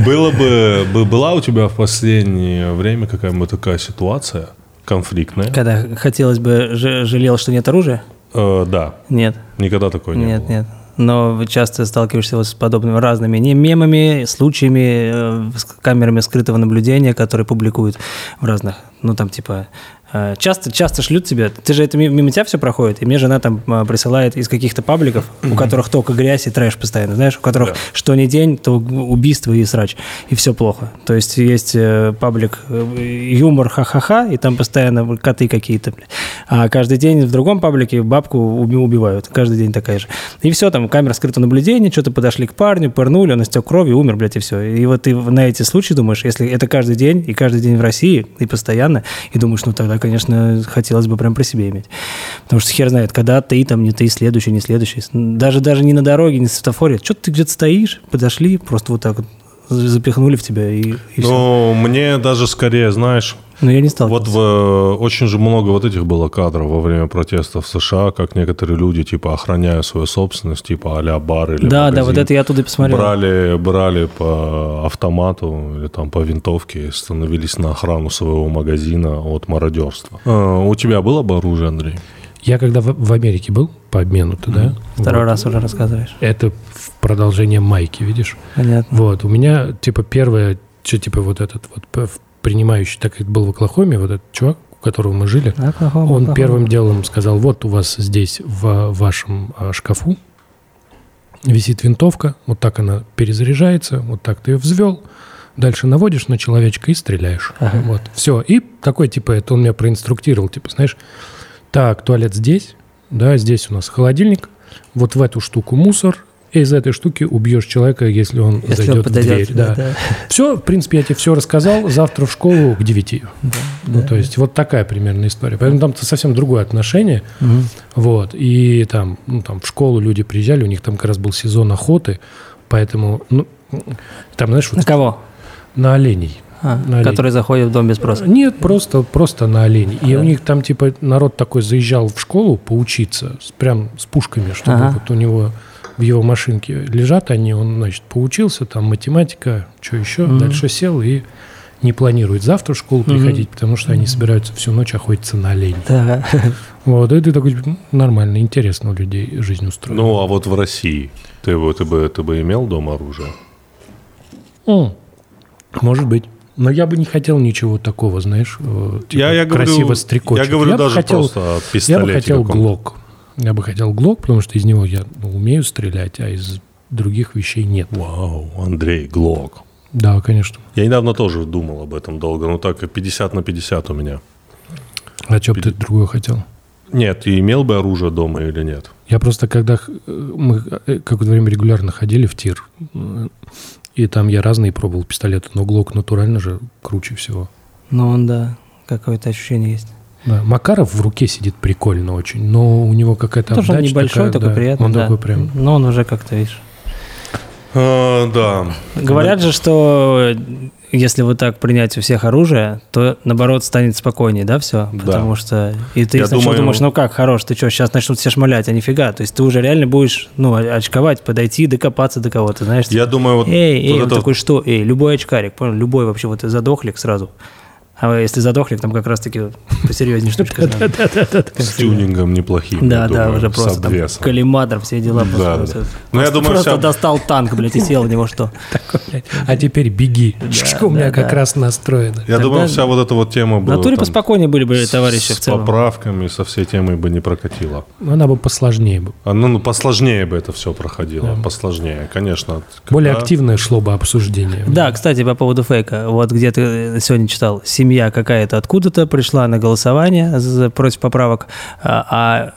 Было бы, бы- была у тебя в последнее время какая-нибудь такая ситуация конфликтная? Когда хотелось бы, ж- жалел, что нет оружия? Э, Да, Нет. никогда такой не Нет, было. нет. Но вы часто сталкиваешься вот с подобными разными не мемами, случаями, э, с камерами скрытого наблюдения, которые публикуют в разных, ну там типа э, часто часто шлют тебе. Ты же это ми- мимо тебя все проходит, и мне жена там э, присылает из каких-то пабликов, у которых только грязь и трэш постоянно, знаешь, у которых что ни день, то убийство и срач, и все плохо. То есть есть э, паблик э, юмор ха-ха-ха, и там постоянно коты какие-то. бля. А каждый день в другом паблике бабку уби- убивают. Каждый день такая же. И все, там камера скрытого наблюдения, что-то подошли к парню, пырнули, он истек кровью, умер, блядь, и все. И вот ты на эти случаи думаешь, если это каждый день, и каждый день в России, и постоянно, и думаешь, ну тогда, конечно, хотелось бы прям при себе иметь. Потому что хер знает, когда ты там, не ты, следующий, не следующий. Даже, даже не на дороге, не в светофоре. Что ты где-то стоишь, подошли, просто вот так вот запихнули в тебя и, и все. Ну, мне даже скорее, знаешь, Но я не стал. Ну, Вот в, э, очень же много вот этих было кадров во время протестов в США, как некоторые люди, типа, охраняя свою собственность, типа, а-ля бар или Да, магазин, да, вот это я оттуда и посмотрел. Брали, брали по автомату или там по винтовке, и становились на охрану своего магазина от мародерства. Э, у тебя было бы оружие, Андрей? Я когда в, в Америке был, по обмену туда, Второй раз уже рассказываешь. это в продолжение майки, видишь? Понятно. Вот, у меня, типа, первое, что, типа, вот этот вот п- в- принимающий, так как был в Оклахоме, вот этот чувак, у которого мы жили, Оклахома, он Оклахома. первым делом сказал, вот у вас здесь в вашем а, шкафу висит винтовка, вот так она перезаряжается, вот так ты ее взвел, дальше наводишь на человечка и стреляешь. Вот, все. И такой, типа, это он меня проинструктировал, типа, знаешь, так, туалет здесь, да, здесь у нас холодильник, вот в эту штуку мусор, и из этой штуки убьешь человека, если он Если зайдет он подойдет, в дверь. Да. да. Все, в принципе, я тебе все рассказал. Завтра в школу к 9. ну, то есть, вот такая примерно история. Поэтому там совсем другое отношение. Вот. И там, ну, там в школу люди приезжали, у них там как раз был сезон охоты, поэтому, ну, там, знаешь, На вот кого? на оленей. А, На оленей. который заходит в дом без спроса. Нет, просто, просто на оленей. И у них там, типа, народ такой заезжал в школу поучиться, с, прям с пушками, чтобы Ага. вот у него в его машинке лежат они, он, значит, поучился, там математика, что еще, дальше сел и не планирует завтра в школу приходить, потому что они собираются всю ночь охотиться на оленей. Да. Вот, и ты такой, типа, «М, нормально, интересно у людей жизнь устроена. Ну, а вот в России ты, бы- ты, бы, ты бы имел дома оружие? М, Может быть. Но я бы не хотел ничего такого, знаешь, э, типа красиво стрекочет. Я говорю бы даже хотел- просто о Я бы пистолете хотел каком-то. глок. Я бы хотел глок, потому что из него я ну, умею стрелять, а из других вещей нет. Вау, Андрей, Глок. Да, конечно. Я недавно тоже думал об этом долго, ну так 50 на 50 у меня. А что бы ты другое хотел? Нет, ты имел бы оружие дома или нет? Я просто, когда х- э, мы э, какое-то время регулярно ходили в тир, э, и там я разные пробовал пистолеты, но глок натурально же круче всего. Ну, он, да, какое-то ощущение есть. Да, Макаров в руке сидит прикольно очень, но у него какая-то Тоже он отдача небольшой, такая, такой да, приятный. Он да. такой прям... Но он уже как-то, видишь. А, да. Говорят же, что э, если вот так принять у всех оружие, то наоборот станет спокойнее, да, все? Потому что и ты Я сначала думаю- думаешь, ну как, хорош, ты что, сейчас начнут все шмалять, а нифига. То есть ты уже реально будешь, ну, о- очковать, подойти, докопаться до кого-то, знаешь? Я думаю, вот, Эй, эй, вот он это вот- такой, что, эй, любой очкарик, понял, любой вообще, вот задохлик сразу. А если задохлик, там как раз-таки посерьезнее штучка. с тюнингом неплохим. я Да, да, думаю, уже с просто там обвесом. коллиматор, все дела. просто да. вот это. Ну, я Просто- думаю, Просто вся- достал танк, блядь, и сел в него, что? Блядь, А теперь беги. у меня как раз настроено. Я думаю, вся вот эта вот тема В была натуре там поспокойнее были бы товарищи с в целом. поправками, со всей темой бы не прокатила. Она бы посложнее бы. А, Ну, ну, посложнее бы это все проходило, посложнее, конечно. Более Когда- активное шло бы обсуждение. Да, кстати, по поводу фейка. Вот где ты сегодня читал, семья какая-то откуда-то пришла на голосование за- против поправок, а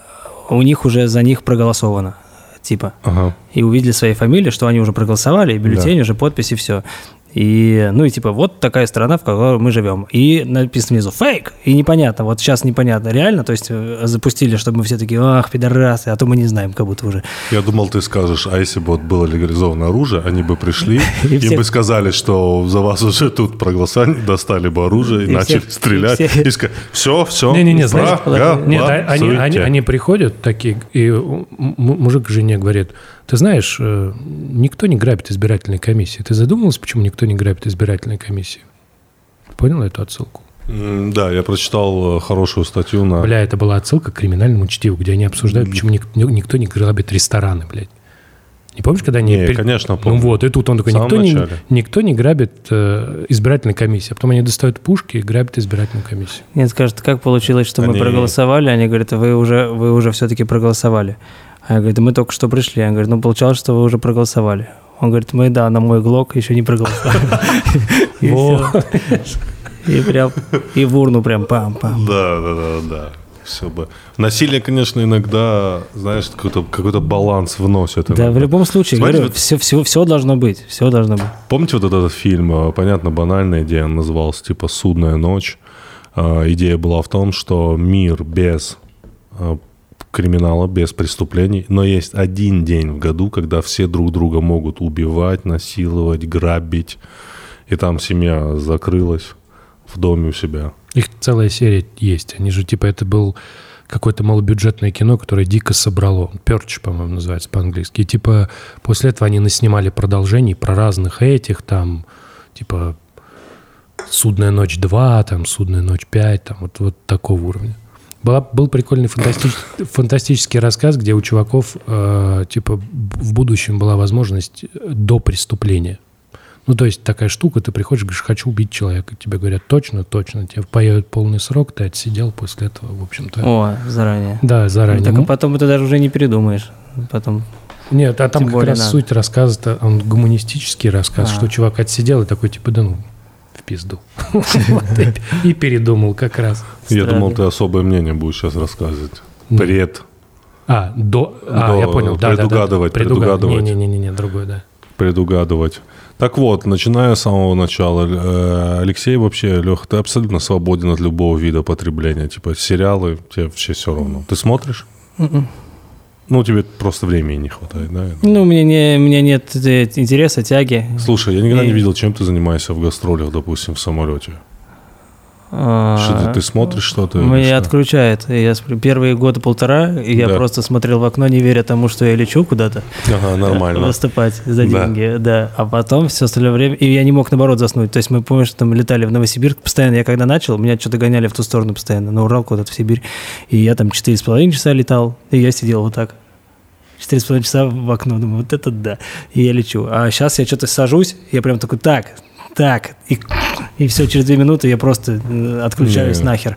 а у них уже за них проголосовано, типа. Ага. И увидели свои фамилии, что они уже проголосовали, и бюллетень, уже подписи, все. И, ну и типа, вот такая страна, в которой мы живем. И написано внизу «фейк», и непонятно, вот сейчас непонятно, реально, то есть э, запустили, чтобы мы все такие «ах, пидорасы», а то мы не знаем, как будто уже. Я думал, ты скажешь, а если бы вот было легализовано оружие, они бы пришли, И им всех- бы сказали, что за вас уже тут проголосовали, достали бы оружие и, И начали всех- и стрелять. И, всех- сказали, все, все, Не-не-не, знаешь, Нет, а- они, они, они приходят такие, и м- м- мужик к жене говорит, ты знаешь, э, никто не грабит избирательные комиссии. Ты задумывался, почему никто не грабит избирательные комиссии? Понял эту отсылку? Да, я прочитал э, хорошую статью на... А, Бля, это была отсылка к криминальному чтиву, где они обсуждают, почему ник- ни- никто не грабит рестораны, блядь. Не помнишь, когда они... Не, конечно, помню. Ну вот, и тут он такой, В самом никто не, начале. никто не грабит э, избирательные комиссии. А потом они достают пушки и грабят избирательную комиссию. Нет, скажут, как получилось, что Они- мы проголосовали? Они говорят, вы уже, вы уже все-таки проголосовали. А я говорю, «Да мы только что пришли. Он говорит, ну получалось, что вы уже проголосовали. Он говорит, мы, да, на мой глок еще не проголосовали. И всё. И прям, и в урну прям пам-пам. Да, да, да, да. Все бы. Насилие, конечно, иногда, знаешь, какой-то какой баланс вносит. Да, в иногда. любом случае, Смотрите, говорю, вот- все, все, все должно быть, все должно быть. Помните вот этот фильм, э, понятно, банальная идея, он назывался типа «Судная ночь». Э, Идея была в том, что мир без э, криминала, без преступлений, но есть один день в году, когда все друг друга могут убивать, насиловать, грабить. И там семья закрылась в доме у себя. Их целая серия есть. Они же, типа, это был какое-то малобюджетное кино, которое дико собрало. Перч, по-моему, называется по-английски. И, типа, после этого они наснимали продолжений про разных этих, там, типа, «Судная ночь 2», там, «Судная ночь 5», там, вот, вот такого уровня. Была, был прикольный фантастич- фантастический рассказ, где у чуваков, э, типа, б- в будущем была возможность э, до преступления. Ну, то есть такая штука, ты приходишь, говоришь, хочу убить человека. Тебе говорят, точно, точно, тебе появит полный срок, ты отсидел после этого, в общем-то. О, заранее. Да, заранее. Так, а потом ты даже уже не передумаешь. Потом Нет, а там тем как более раз надо. суть рассказа-то, он гуманистический рассказ, А. что чувак отсидел и такой, типа, да ну, в пизду. Вот и- И передумал как раз. Я Странно. думал, ты особое мнение будешь сейчас рассказывать. Бред. А, до... А, До- я понял, да, да, да. предугадывать, предугадывать. Не-не-не, другое, да. Предугадывать. Так вот, начиная с самого начала, э, Алексей вообще, Леха, ты абсолютно свободен от любого вида потребления. Типа сериалы, тебе вообще все равно. Ты смотришь? Ну, тебе просто времени не хватает, да? М-м. Ну, у меня, не, у меня нет э, интереса, тяги. Слушай, я никогда не И- видел, чем ты занимаешься в гастролях, допустим, в самолете. А, Что ты, ты смотришь что-то? или Меня что? отключает. И Я сп- первые года полтора и я Да. просто смотрел в окно, не веря тому, что я лечу куда-то Ага, э, нормально. выступать за Да. деньги, да. А потом все остальное время... И я не мог, наоборот, заснуть. То есть мы, помнишь, там летали в Новосибирск постоянно. Я когда начал, меня что-то гоняли в ту сторону постоянно, на Урал куда-то, в Сибирь. И я там четыре с половиной часа летал, и я сидел вот так. Четыре с половиной часа в окно, думаю, вот это да. И я лечу. А сейчас я что-то сажусь, я прям такой, так, так, и, и все, через две минуты я просто э, отключаюсь Не. нахер.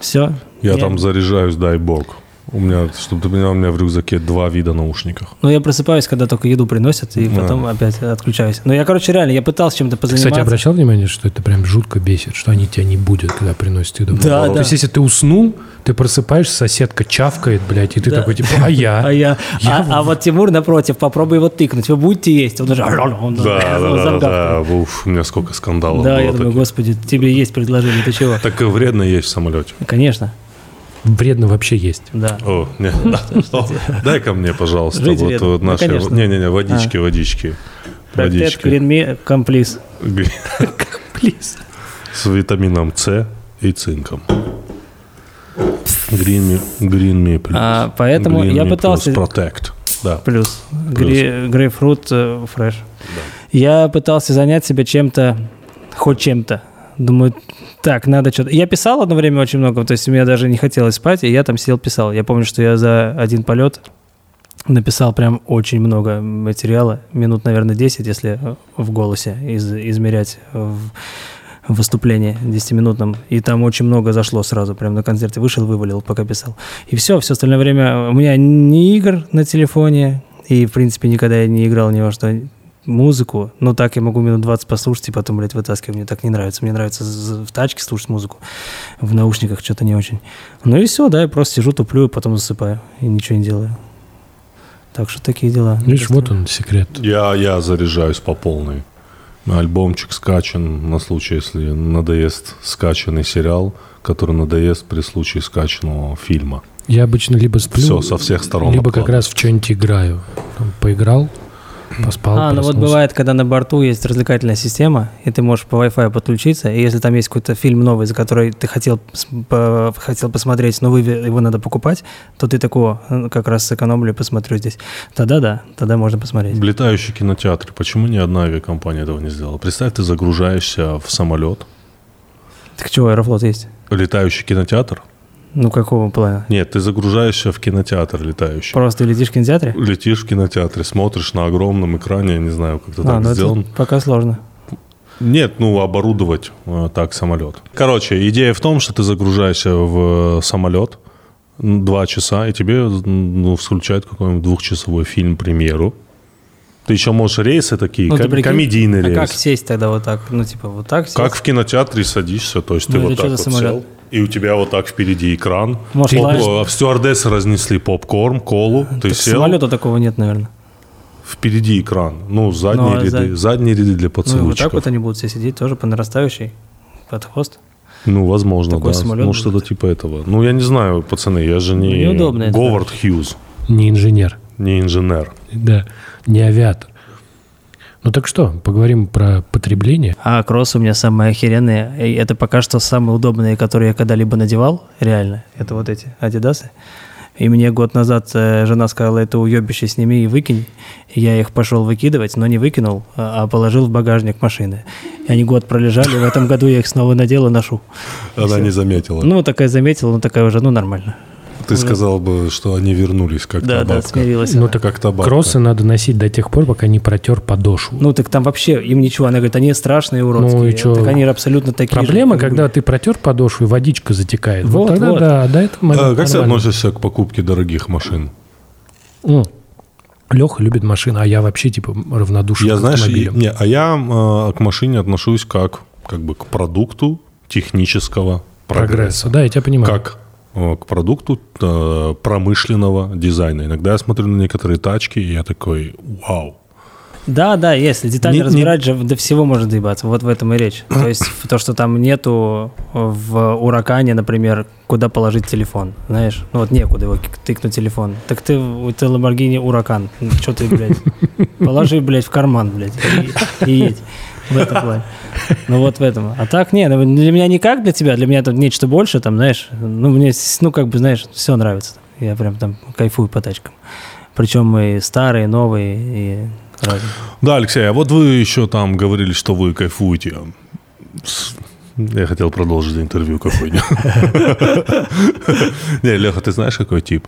Все. Я там заряжаюсь, дай бог. У меня, чтобы ты понимал, у меня в рюкзаке два вида наушников. Ну, я просыпаюсь, когда только еду приносят, и потом опять отключаюсь. Ну, я, короче, реально, я пытался чем-то позаниматься. Кстати, обращал внимание, что это прям жутко бесит, что они тебя не будут, когда приносят еду? Да, То да. есть, если ты уснул, ты просыпаешься, соседка чавкает, блядь, и ты такой, типа, а я? А я, а, а вот Тимур напротив, попробуй его тыкнуть. Вы будете есть? Он даже он он Да, да, загавкает. да, да. Уф, у меня сколько скандалов Да, я было. думаю, таких. господи, тебе есть предложение, ты чего? Так и вредно есть в самолете. Конечно, Вредно вообще есть. да. О, не, Ну, что? дай ко мне, пожалуйста, Жить вот, вредно. вот Ну, наши... конечно. Не-не-не, водички, водички. Проктет, Водички. клинми, комплис. Плиз. С витамином С и цинком. Green Me, green me Plus. А, поэтому Green я Me Plus пытался- Protect. Да. Плюс, гре- грейпфрут э, фреш. Я пытался занять себя чем-то, хоть чем-то. Думаю, так, надо что-то. Я писал одно время очень много, то есть у меня даже не хотелось спать, и я там сидел писал. Я помню, что я за один полет написал прям очень много материала, минут, наверное, 10, если э, в голосе из- измерять в в выступлении 10-минутном, и там очень много зашло сразу, прям на концерте вышел, вывалил, пока писал. И все, все остальное время у меня ни игр на телефоне, и, в принципе, никогда я не играл ни во что музыку, но так я могу минут 20 послушать и потом, блядь, вытаскиваю, мне так не нравится. Мне нравится з- в тачке слушать музыку, в наушниках что-то не очень. Ну и все, да, я просто сижу, туплю, и потом засыпаю, и ничего не делаю. Так что такие дела. Видишь, вот он секрет. Я, я заряжаюсь по полной. Альбомчик скачан на случай, если надоест скачанный сериал, который надоест при случае скачанного фильма. Я обычно либо сплю, Все со всех сторон. либо как раз в что-нибудь играю. Там поиграл, поспал, А, ну вот проснулся. бывает, когда на борту есть развлекательная система, и ты можешь по Wi-Fi подключиться, и если там есть какой-то фильм новый, за который ты хотел, пос- по- хотел посмотреть, но выве- его надо покупать, то ты такой, «О, ну, как раз сэкономлю и посмотрю здесь. Тогда да, тогда можно посмотреть. В летающий кинотеатр. Почему ни одна авиакомпания этого не сделала? Представь, ты загружаешься в самолет. Так чего, Аэрофлот есть? Летающий кинотеатр? Ну, какого плана? Нет, ты загружаешься в кинотеатр летающий. Просто летишь в кинотеатре? Летишь в кинотеатре, смотришь на огромном экране, я не знаю, как это А, так ну это сделано. пока сложно. Нет, ну оборудовать э, так самолет. Короче, идея в том, что ты загружаешься в э, самолет м, два часа, и тебе м, ну, включают какой-нибудь двухчасовой фильм премьеру. Ты еще можешь рейсы такие, Ну, ты ком- прикинь, комедийный А как рейс. сесть тогда вот так? Ну, типа, вот так сесть? Как в кинотеатре садишься, то есть ты Ну, это вот так что вот за самолет? сел, и у тебя вот так впереди экраан. Может, Поп- лаешь? э, Стюардессы разнесли попкорн, колу, ты Так сел, самолета такого нет, наверное. впереди экран. Ну, задние Ну, а ряды, за- задние ряды для Ну, и вот поцелуйчиков. так вот они будут все сидеть, тоже по нарастающей, под хвост. Ну, возможно, Такой да. самолет ну, будет. что-то типа этого. Ну, я не знаю, пацаны, я же не Ну, неудобно это, Говард Хьюз, Не инженер, не инженер. да, не авиатор. Ну так что, поговорим про потребление. А кроссы у меня самые охеренные. И это пока что самые удобные, которые я когда-либо надевал, реально. Это вот эти адидасы. И мне год назад э, жена сказала, это уебище сними и выкинь. И я их пошел выкидывать, но не выкинул, а а положил в багажник машины. И они год пролежали, в этом году я их снова надел и ношу. Она не заметила. Ну, такая заметила, ну такая уже, ну нормально. Ты сказал бы, что они вернулись как Да, да, табак. смирилась. Ну она. так Как табак. кроссы надо носить до тех пор, пока не протер подошву. Ну так там вообще им ничего. Она говорит, они страшные уродские. Ну и чё? Так они абсолютно такие же, Проблема, как когда ты протер подошву и водичка затекает. Вот, Вот, тогда вот. да, до этого Э, момента Как ты нормально. относишься к покупке дорогих машин? Леха любит машины, а я вообще типа равнодушен Я, к знаешь, и- автомобилям. не, а я э, к машине отношусь как, как бы к продукту технического прогресса. Прогресса, да, я тебя понимаю. Как э, к продукту э, промышленного дизайна. Иногда я смотрю на некоторые тачки, и я такой, вау. Да, да, если детали Не- не- разбирать же, до всего можно доебаться. Вот в этом и речь. То есть в то, что там нету э, в уракане, например, куда положить телефон, знаешь? Ну вот некуда его к- тыкнуть телефон. Так ты, в- ты Lamborghini уракан. Что ты, блядь? Положи, блядь, в карман, блядь, и, и едь. В этом плане. Ну вот в этом. А так, не, ну, для меня не как для тебя, для меня тут нечто больше, там, знаешь, ну мне, с- ну как бы, знаешь, все нравится. Я прям там кайфую по тачкам. Причем и старые, и новые, и разные. Да, Алексей, а вот вы еще там говорили, что вы кайфуете. с- Я хотел продолжить интервью какой-нибудь. Не, Леха, ты знаешь, какой тип?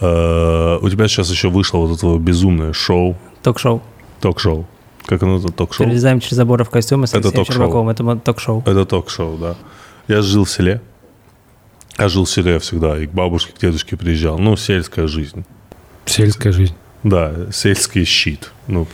Э, У тебя сейчас еще вышло вот это твое безумное шоу, Ток-шоу. ток-шоу. Как оно это ток-шоу? Перелезаем через заборы в костюмы с Это Алексеем ток-шоу. Щербаковым. Это мо- ток-шоу. Это ток-шоу, да. Я жил в селе. Я жил в селе всегда. И к бабушке, к дедушке приезжал. Ну, сельская жизнь. Сельская жизнь. Да, сельский щит. Ну,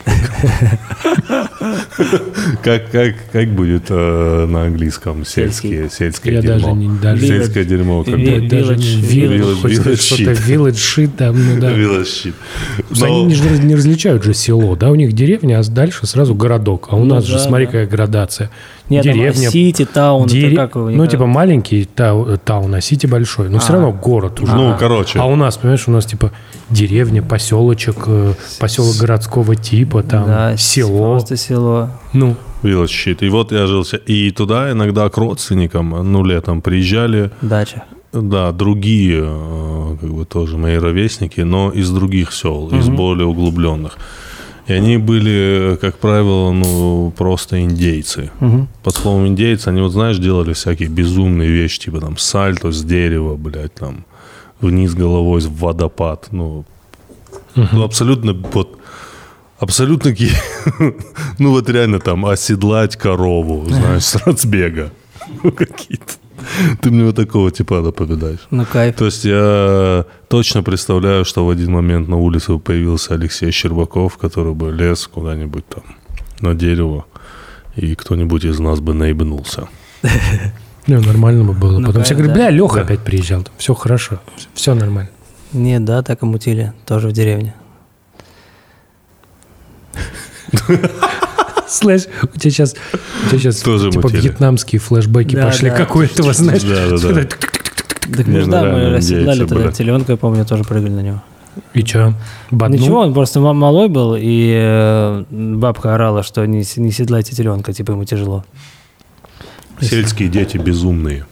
как, как, как будет э, на английском? Сельские, сельское Я дерьмо. даже не- даже- Сельское дерьмо. Как Ви- бы. Да, даже не Village- Village, Village- хоть Village что-то Sheet. Village Sheet, там, ну да. Village щит. Ну, Потому что Но- Они не, ж- не различают же село, да, у них деревня, а дальше сразу городок. А у Ну нас же, да, смотри, да. какая градация. Нет, там, деревня, Сити, Таун, это дере- как его, ну, никак- типа маленький тау- таун, а сити большой. Но все равно город уже. Ну, короче. А у нас, понимаешь, у нас типа деревня, поселочек, э, поселок городского типа, там Да, село. Просто село. Ну, Village щит. И вот я жил. в се- И туда иногда к родственникам, ну, летом приезжали Дача. Да, другие, э, как бы тоже мои ровесники, но из других сел, из более углубленных. И они были, как правило, ну, просто индейцы. Под словом индейцы, они вот, знаешь, делали всякие безумные вещи, типа там сальто с дерева, блядь, там вниз головой в водопад. Ну, ну, абсолютно вот Абсолютно, ки- ну вот реально там оседлать корову, знаешь, с разбега. Ну, Какие-то. Ты мне вот такого типа напоминаешь. Ну, кайф. То есть я точно представляю, что в один момент на улице появился Алексей Щербаков, который бы лез куда-нибудь там на дерево, и кто-нибудь из нас бы наебнулся. не, нормально бы было. Ну, Потом все да, говорят, бля, Леха опять приезжал. Все хорошо, все нормально. Нет, да, так и мутили. Тоже в деревне. Слышь, у тебя сейчас, у тебя сейчас Тоже типа мутили. вьетнамские флешбеки Да, пошли. да. Как у этого, знаешь? Да, да, да. Типа Так Не, мы ж, ну да, реально, мы индейцы, расседлали тогда бля. теленка, я помню, тоже прыгали на него. И че? ну, Ничего, он просто мам- малой был, и э, бабка орала, что не, с- не седлайте теленка, типа ему тяжело. Сельские дети безумные.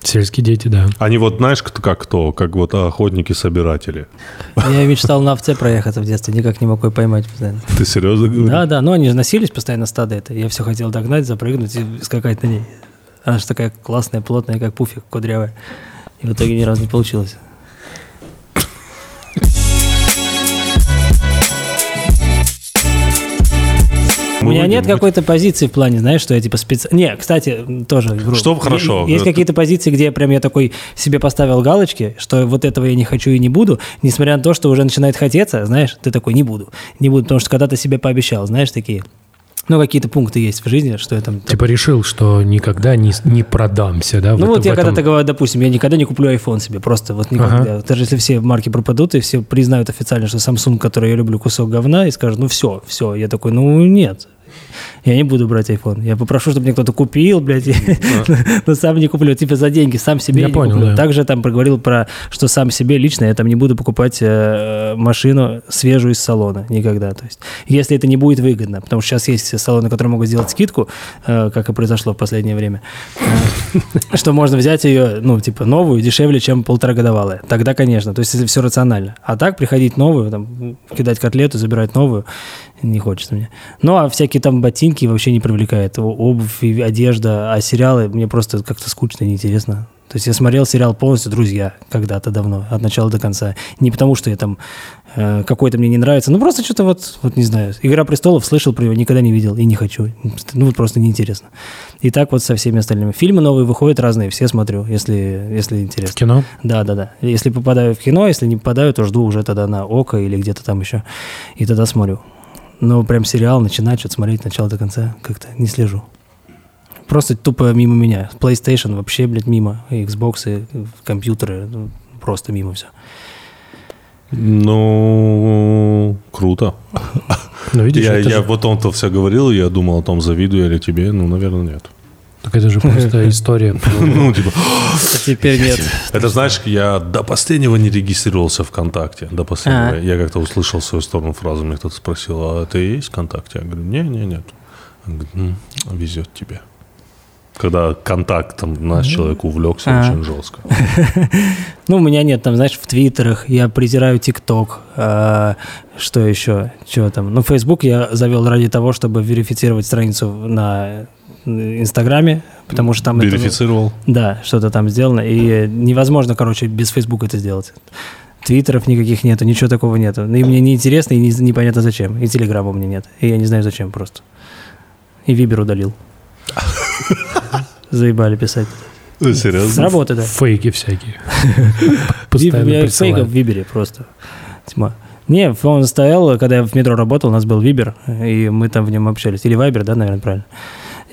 Сельские дети, да. Они вот, знаешь, кто- как кто? Как вот охотники-собиратели. Я мечтал на овце проехаться в детстве, никак не мог ее поймать постоянно. Ты серьезно говоришь? Да, да, но они же носились постоянно стадо это. Я все хотел догнать, запрыгнуть и скакать на ней. Она же такая классная, плотная, как пуфик, кудрявая. И в итоге ни разу не получилось. У меня Володя, нет мы- какой-то позиции в плане, знаешь, что я типа специально... Не, кстати, м, тоже вру. Что хорошо. Е- Есть Это- какие-то позиции, где я прям я такой себе поставил галочки, что вот этого я не хочу и не буду, несмотря на то, что уже начинает хотеться, знаешь, ты такой не буду. Не буду, потому что когда ты себе пообещал, знаешь, такие... Ну, какие-то пункты есть в жизни, что я там... Типа решил, что никогда не, с- не продамся, да? в Ну это- вот в я этом- когда-то говорю, допустим, я никогда не куплю iPhone себе, просто вот никогда. Даже если все марки пропадут и все признают официально, что Samsung, который я люблю, кусок говна, и скажут, ну все, все. Я такой, ну нет, я не буду брать iPhone. Я попрошу, чтобы мне кто-то купил, блядь, и- но сам не куплю. Типа за деньги, сам себе Я не понял, куплю. да. Также там проговорил про, что сам себе лично я там не буду покупать э, машину свежую из салона никогда. То есть, если это не будет выгодно, потому что сейчас есть салоны, которые могут сделать скидку, э, как и произошло в последнее время, э, что можно взять ее, ну, типа, новую дешевле, чем полуторагодовалая. Тогда, конечно, то есть, если все рационально. А так, приходить новую, там, кидать котлету, забирать новую, не хочется мне. Ну, а всякие там ботинки вообще не привлекают. О- Обувь, и одежда, а сериалы мне просто как-то скучно и неинтересно. То есть я смотрел сериал полностью «Друзья» когда-то давно, от начала до конца. Не потому, что я там э, какой-то мне не нравится, ну просто что-то вот, вот не знаю. «Игра престолов» слышал про него, никогда не видел и не хочу. Ну вот просто неинтересно. И так вот со всеми остальными. Фильмы новые выходят разные, все смотрю, если, если интересно. Кино? Да, да, да. Если попадаю в кино, если не попадаю, то жду уже тогда на око или где-то там еще. И тогда смотрю. Но прям сериал начинать что-то смотреть от начала до конца как-то не слежу. Просто тупо мимо меня. PlayStation вообще, блядь, мимо. И Xbox, и компьютеры. ну, Просто мимо все. Ну, круто. Ну, видишь, я, это, я же, вот он-то все говорил, и я думал о том, завидую я ли тебе. Ну, наверное, нет. так это же просто история. Ну, типа, теперь нет. это знаешь, я до последнего не регистрировался ВКонтакте. До последнего. А. Я как-то услышал в свою сторону фразу, мне кто-то спросил, а ты есть ВКонтакте? Я говорю, не, не, нет. Он говорит, «М, везет тебе. Когда контактом наш человек увлекся А. очень жестко. Ну, у меня нет, там, знаешь, в Твиттерах я презираю ТикТок, а, что еще, чего там. Ну, Фейсбук я завел ради того, чтобы верифицировать страницу на э, Инстаграме, потому что там... это, ну, Верифицировал. да, что-то там сделано, и невозможно, короче, без Фейсбука это сделать. Твиттеров никаких нету, ничего такого нету. Ну, И мне неинтересно, и не- непонятно зачем. И Телеграма у меня нет. И я не знаю, зачем просто. И Вибер удалил. Заебали писать. Э, Серьезно? С работы, да. Фейки всякие. Виб- я Постоянно фейков в присылают. Вибере просто. Тьма. Не, он стоял, когда я в метро работал, у нас был Вибер, и мы там в нем общались. Или Вайбер, да, наверное, правильно.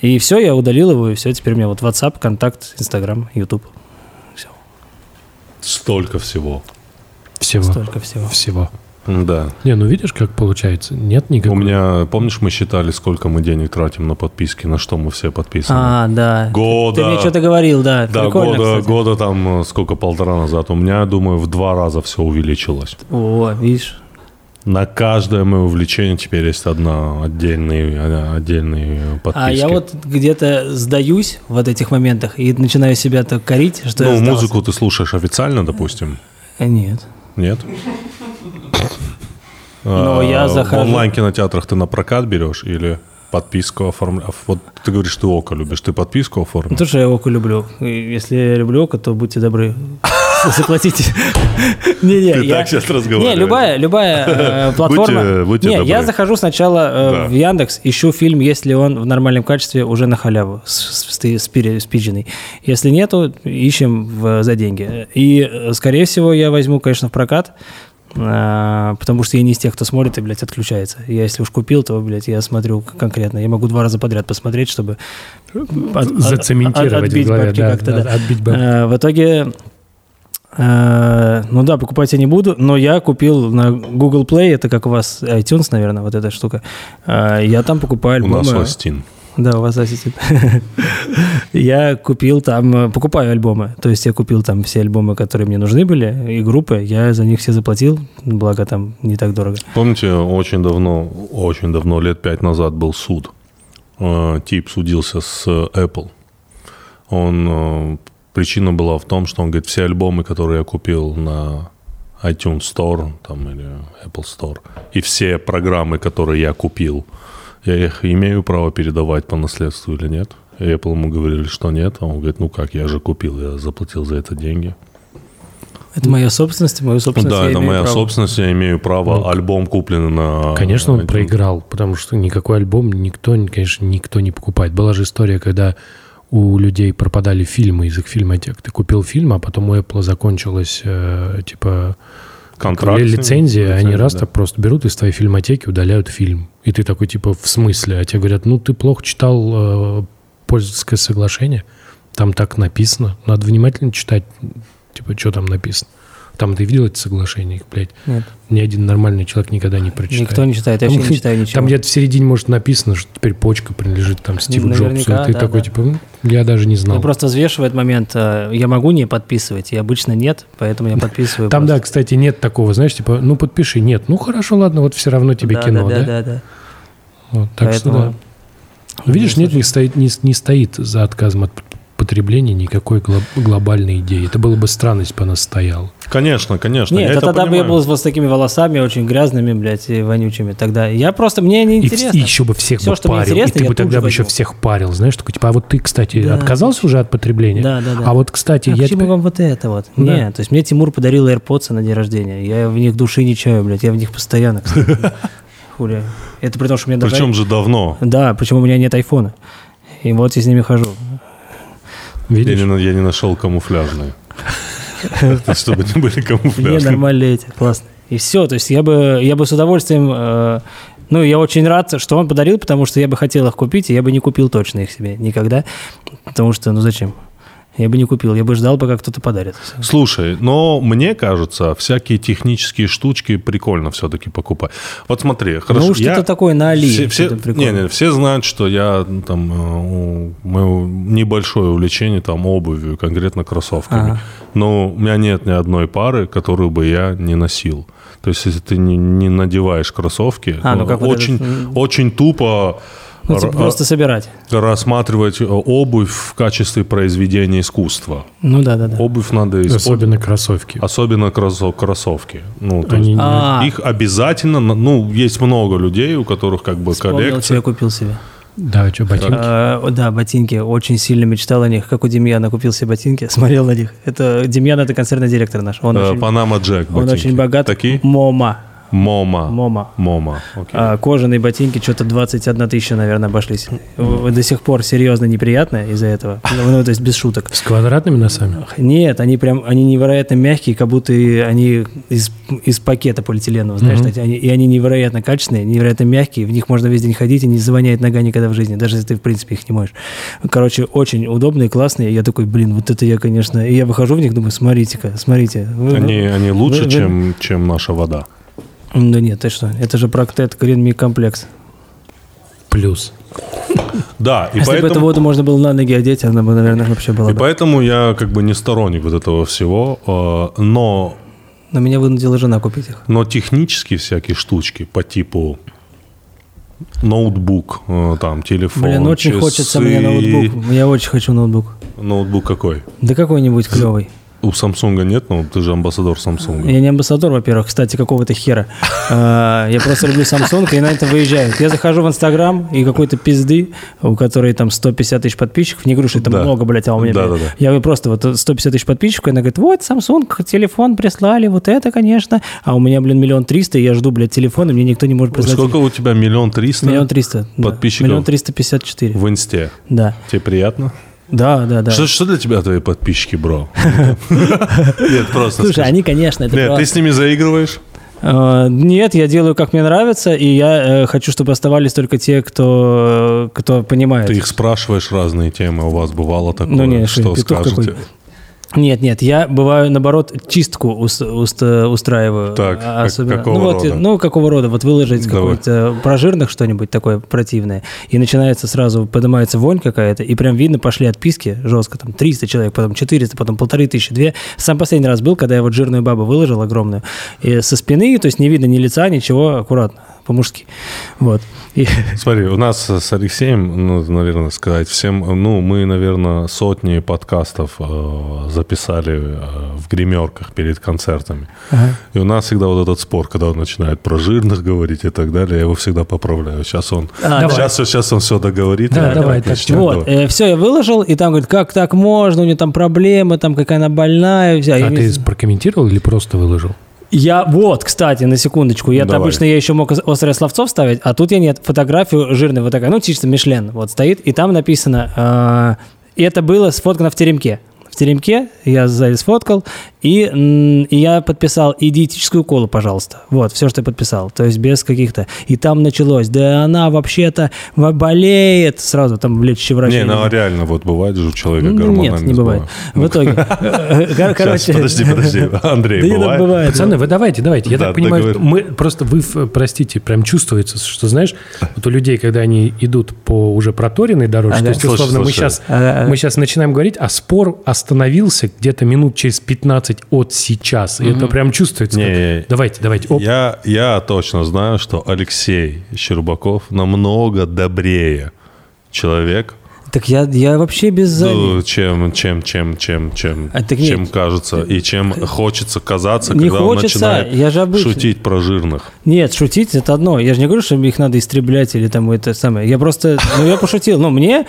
И все, я удалил его, и все, теперь у меня вот WhatsApp, контакт, Инстаграм, Ютуб. Столько всего. Всего. Столько всего. Всего. Да. Не, ну видишь, как получается? Нет У никакого... меня, помнишь, мы считали, сколько мы денег тратим на подписки, на что мы все подписаны? А, да. Года. Ты мне что-то говорил, да. Да, Прикольно, года, кстати. года там э, сколько, полтора назад. У меня, думаю, в два раза все увеличилось. О, видишь. На каждое мое увлечение теперь есть одна отдельная отдельные подписки. А я вот где-то сдаюсь в вот этих моментах и начинаю себя так корить, что я Ну, сдался. музыку ты слушаешь официально, допустим? Э, Нет. Нет? Но А, я захожу- В онлайн-кинотеатрах ты на прокат берешь или подписку оформляешь? Вот ты говоришь, ты око любишь, ты подписку Ну, оформил? то, что я Оку люблю. И если я люблю Око, то будьте добры, заплатите. Не-не, Ты я- так сейчас Не, разговариваешь. любая, любая э, платформа. Будьте- будьте Не, добры. я захожу сначала э, Да. в Яндекс, ищу фильм, если он в нормальном качестве, уже на халяву, с- с- с- спири- спидженный. Если нету, ищем в- за деньги. И, э, скорее всего, я возьму, конечно, в прокат, э, потому что я не из тех, кто смотрит и, блядь, отключается. Я, если уж купил, то, блядь, я смотрю к- конкретно. Я могу два раза подряд посмотреть, чтобы от- от- Зацементировать от- в отбить голове, бабки да, как-то, да, да. отбить бабки. Э, В итоге Э, Ну да, покупать я не буду, но я купил на Google Play, это как у вас iTunes, наверное, вот эта штука. Э, Я там покупаю У альбомы. нас Остин. Да, у вас ассистит. Я купил там, э, покупаю альбомы. То есть я купил там все альбомы, которые мне нужны были, и группы. Я за них все заплатил, благо там не так дорого. Помните, очень давно, очень давно, лет пять назад был суд. Э, Тип судился с э, Apple. Он, э, причина была в том, что он говорит, все альбомы, которые я купил на iTunes Store там, или Apple Store, и все программы, которые я купил, я их имею право передавать по наследству или нет? И Apple ему говорили, что нет. А он говорит, ну как, я же купил, я заплатил за это деньги. Это моя собственность, мою собственность. да, я это имею моя право. Ну, собственность, я имею право. альбом купленный А, на... Конечно, он iTunes. проиграл, потому что никакой альбом никто, конечно, никто не покупает. Была же история, когда у людей пропадали фильмы из их фильмотек. Ты купил фильм, а потом у Apple закончилась, э, типа, Контракт. ли- лицензия, они Ну, Лицензия, раз да. так просто берут из твоей фильмотеки, удаляют фильм. И ты такой, типа, в смысле? А тебе говорят, ну, ты плохо читал э, пользовательское соглашение, там так написано. Надо внимательно читать, типа, что там написано. Там ты видел эти соглашения, их, блядь? Нет. Ни один нормальный человек никогда не прочитает. Никто не читает, я Там вообще не где- читаю ничего. Ну, Там где-то в середине, может, написано, что теперь почка принадлежит там Стиву Джобсу. Наверняка, И ты да, такой, да. типа, «М, я даже не Я знал. просто взвешиваю этот момент. э, Я могу не подписывать, и обычно нет, поэтому я подписываю. Там, просто. да, кстати, нет такого, знаешь, типа, ну, подпиши. Нет, ну, хорошо, ладно, вот все равно тебе Да, кино, да? да, да, да, да. Вот, так что, да. Поэтому- Ну, Видишь, нет, не стоит, не, не стоит за отказом от потребления никакой глоб- глобальной идеи. Это было бы странность бы она стояла. Конечно, конечно. Нет, я а это тогда бы я был понимаю. вот с такими волосами очень грязными, блядь, и вонючими тогда. Я просто, мне не И, в- интересно. и еще бы всех Всё, бы что мне парил. И интересно, ты я бы тут тогда же бы еще возьму. всех парил. Знаешь, такой, типа, а вот ты, кстати, Да, отказался уже от потребления? Да, да, да. А вот, кстати, А я... почему теперь- вам вот это вот? Да. Нет, то есть мне Тимур подарил AirPods на день рождения. Я в них души не чаю, блядь, я в них постоянно, кстати. Хули. Это при том, что у меня даже... Причем же давно. Да, причем у меня нет айфона. И вот я с ними хожу. Я Видишь? не, на- я не нашел камуфляжные. Чтобы не были Мне камуфляжные. нормальные эти, классно. И все, то есть я бы, я бы с удовольствием... э, ну, я очень рад, что он подарил, потому что я бы хотел их купить, и я бы не купил точно их себе никогда. Потому что, ну зачем? Я бы не купил, я бы ждал, пока кто-то подарит. Слушай, но мне кажется, всякие технические штучки прикольно все-таки покупать. Вот смотри, хорошо. ну, что-то я- такое на Али. Все, все- что-то не, прикольное. не, все знают, что я ну, там э, у- мое небольшое увлечение там обувью, конкретно кроссовками. Ага. Но у меня нет ни одной пары, которую бы я не носил. То есть, если ты не, не надеваешь кроссовки, А, ну, э, как вот очень, этот, м. очень тупо Ну, типа, р- просто собирать. э, рассматривать э, обувь в качестве произведения искусства. Ну да, да, да. Обувь надо использовать. Особенно кроссовки. Особенно кросо- кроссовки. Ну, то Они есть А, Их обязательно, на- ну, есть много людей, у которых как бы вспомнил, что коллекция. я купил себе. Да, что, ботинки? Э, да, ботинки. Очень сильно мечтал о них. Как у Демьяна купил себе ботинки, смотрел на них. Это Демьян, это концертный директор наш. Он, Э, очень, Панама Джек он ботинки. очень богат. Такие? Мома. Мома. Мома. Мома. Окей. А, кожаные ботинки что-то 21 тысяча, наверное, обошлись. В- До сих пор серьезно неприятно из-за этого. Ну, ну, то есть без шуток. С квадратными носами? Нет, они прям, они невероятно мягкие, как будто и они из, из пакета полиэтиленового, знаешь, эти- они- и они невероятно качественные, невероятно мягкие, в них можно весь день ходить, и не завоняет нога никогда в жизни, даже если ты, в принципе, их не моешь. Короче, очень удобные, классные, я такой, блин, вот это я, конечно, и я выхожу в них, думаю, смотрите-ка, смотрите. Вы- Они, они лучше, вы- вы- чем, чем наша вода. Да нет, ты что, это же Proctet Green Me Complex. Плюс. Да, и А Если бы эту поэтому... воду можно было на ноги одеть, она бы, наверное, вообще была И бы. поэтому я как бы не сторонник вот этого всего, э, но, Но меня вынудила жена купить их. но технические всякие штучки по типу ноутбук, э, там, телефон, Блин, очень часы. хочется мне ноутбук. Я очень хочу ноутбук. Ноутбук какой? Да какой-нибудь клевый. У Самсунга нет, ну ты же амбассадор Самсунга. Ну, Я не амбассадор, во-первых, кстати, какого-то хера. А, Я просто люблю Samsung и на это выезжаю. Я захожу в Инстаграм и какой-то пизды, у которой там 150 тысяч подписчиков, не говорю, что это Да. много, блядь, а у меня... Да, блядь, да, да. Я говорю, просто вот 150 тысяч подписчиков, и она говорит, вот, Samsung, телефон прислали, вот это, конечно. А у меня, блин, миллион триста, и я жду, блядь, телефон, и мне никто не может прислать. Сколько у тебя? Миллион триста? Миллион триста. да. подписчиков? Миллион триста пятьдесят четыре. В инсте. Да. Тебе приятно? Да, да, да. Что, что для тебя твои подписчики, бро? Нет, просто Слушай, скажи. они, конечно, это Нет, просто. ты с ними заигрываешь? Э, Нет, я делаю, как мне нравится, и я э, хочу, чтобы оставались только те, кто, э, кто понимает. Ты их спрашиваешь разные темы, у вас бывало такое, Ну, не, что что, петух скажете? какой? Нет, нет, я бываю, наоборот, чистку ус- уст- устраиваю. Так, А- как- особенно. какого ну, вот, рода? ну, какого рода? Вот выложить Давай. какой-то прожирных что-нибудь такое противное, и начинается сразу, поднимается вонь какая-то, и прям видно, пошли отписки жестко, там 300 человек, потом 400, потом полторы тысячи, две. Сам последний раз был, когда я вот жирную бабу выложил огромную, и со спины, то есть не видно ни лица, ничего, аккуратно, по-мужски. Вот. И- Смотри, у нас с Алексеем, ну, наверное, сказать всем, ну, мы, наверное, сотни подкастов э, записали э, в гримерках перед концертами. И у нас всегда вот этот спор, когда он начинает про жирных говорить и так далее, я его всегда поправляю. Сейчас он, А, давай. сейчас, сейчас он все договорит. Да, и опять давай, так, начнёт. Вот, Давай. все, я выложил, и там говорит, как так можно, у нее там проблемы, там какая она больная. вся». А Я ты весь- прокомментировал или просто выложил? Я, вот, кстати, на секундочку, я Давай. обычно я еще мог ос- острое словцо вставить, а тут я нет, фотографию жирной вот такая, ну, чисто Мишлен, вот стоит, и там написано, э, и это было сфоткано в теремке. В теремке я сзади сфоткал, и, м, и я подписал и диетическую колу, пожалуйста. Вот, все, что я подписал. То есть без каких-то... И там началось, да она вообще-то во- болеет. Сразу там лечащий врач. Не, Я ну знаю. а реально, вот бывает же у человека Ну, гормональный Нет, не бывает. сбой. В итоге. э, кор- Сейчас, Короче. подожди, подожди. Андрей, Да не, ну, бывает? бывает. Пацаны, вы давайте, давайте. Я Да, так понимаю, договор- что мы просто вы, э, простите, прям чувствуется, что знаешь, вот у людей, когда они идут по уже проторенной дорожке, Ага. то есть, Слушай, условно, мы слушай. сейчас Ага. мы сейчас начинаем говорить, а спор остановился где-то минут через 15 от сейчас. И это прям чувствуется. Не, как- не, не. Давайте, давайте. Оп. Я, я точно знаю, что Алексей Щербаков намного добрее человек, Так я, я вообще без Ну, задней. чем, чем, чем, чем, чем, А так нет. Э, чем кажется и чем хочется казаться, Не когда хочется, он начинает я же обычный. шутить про жирных. Нет, шутить это одно. Я же не говорю, что их надо истреблять или там это самое. Я просто, ну я пошутил. Ну мне,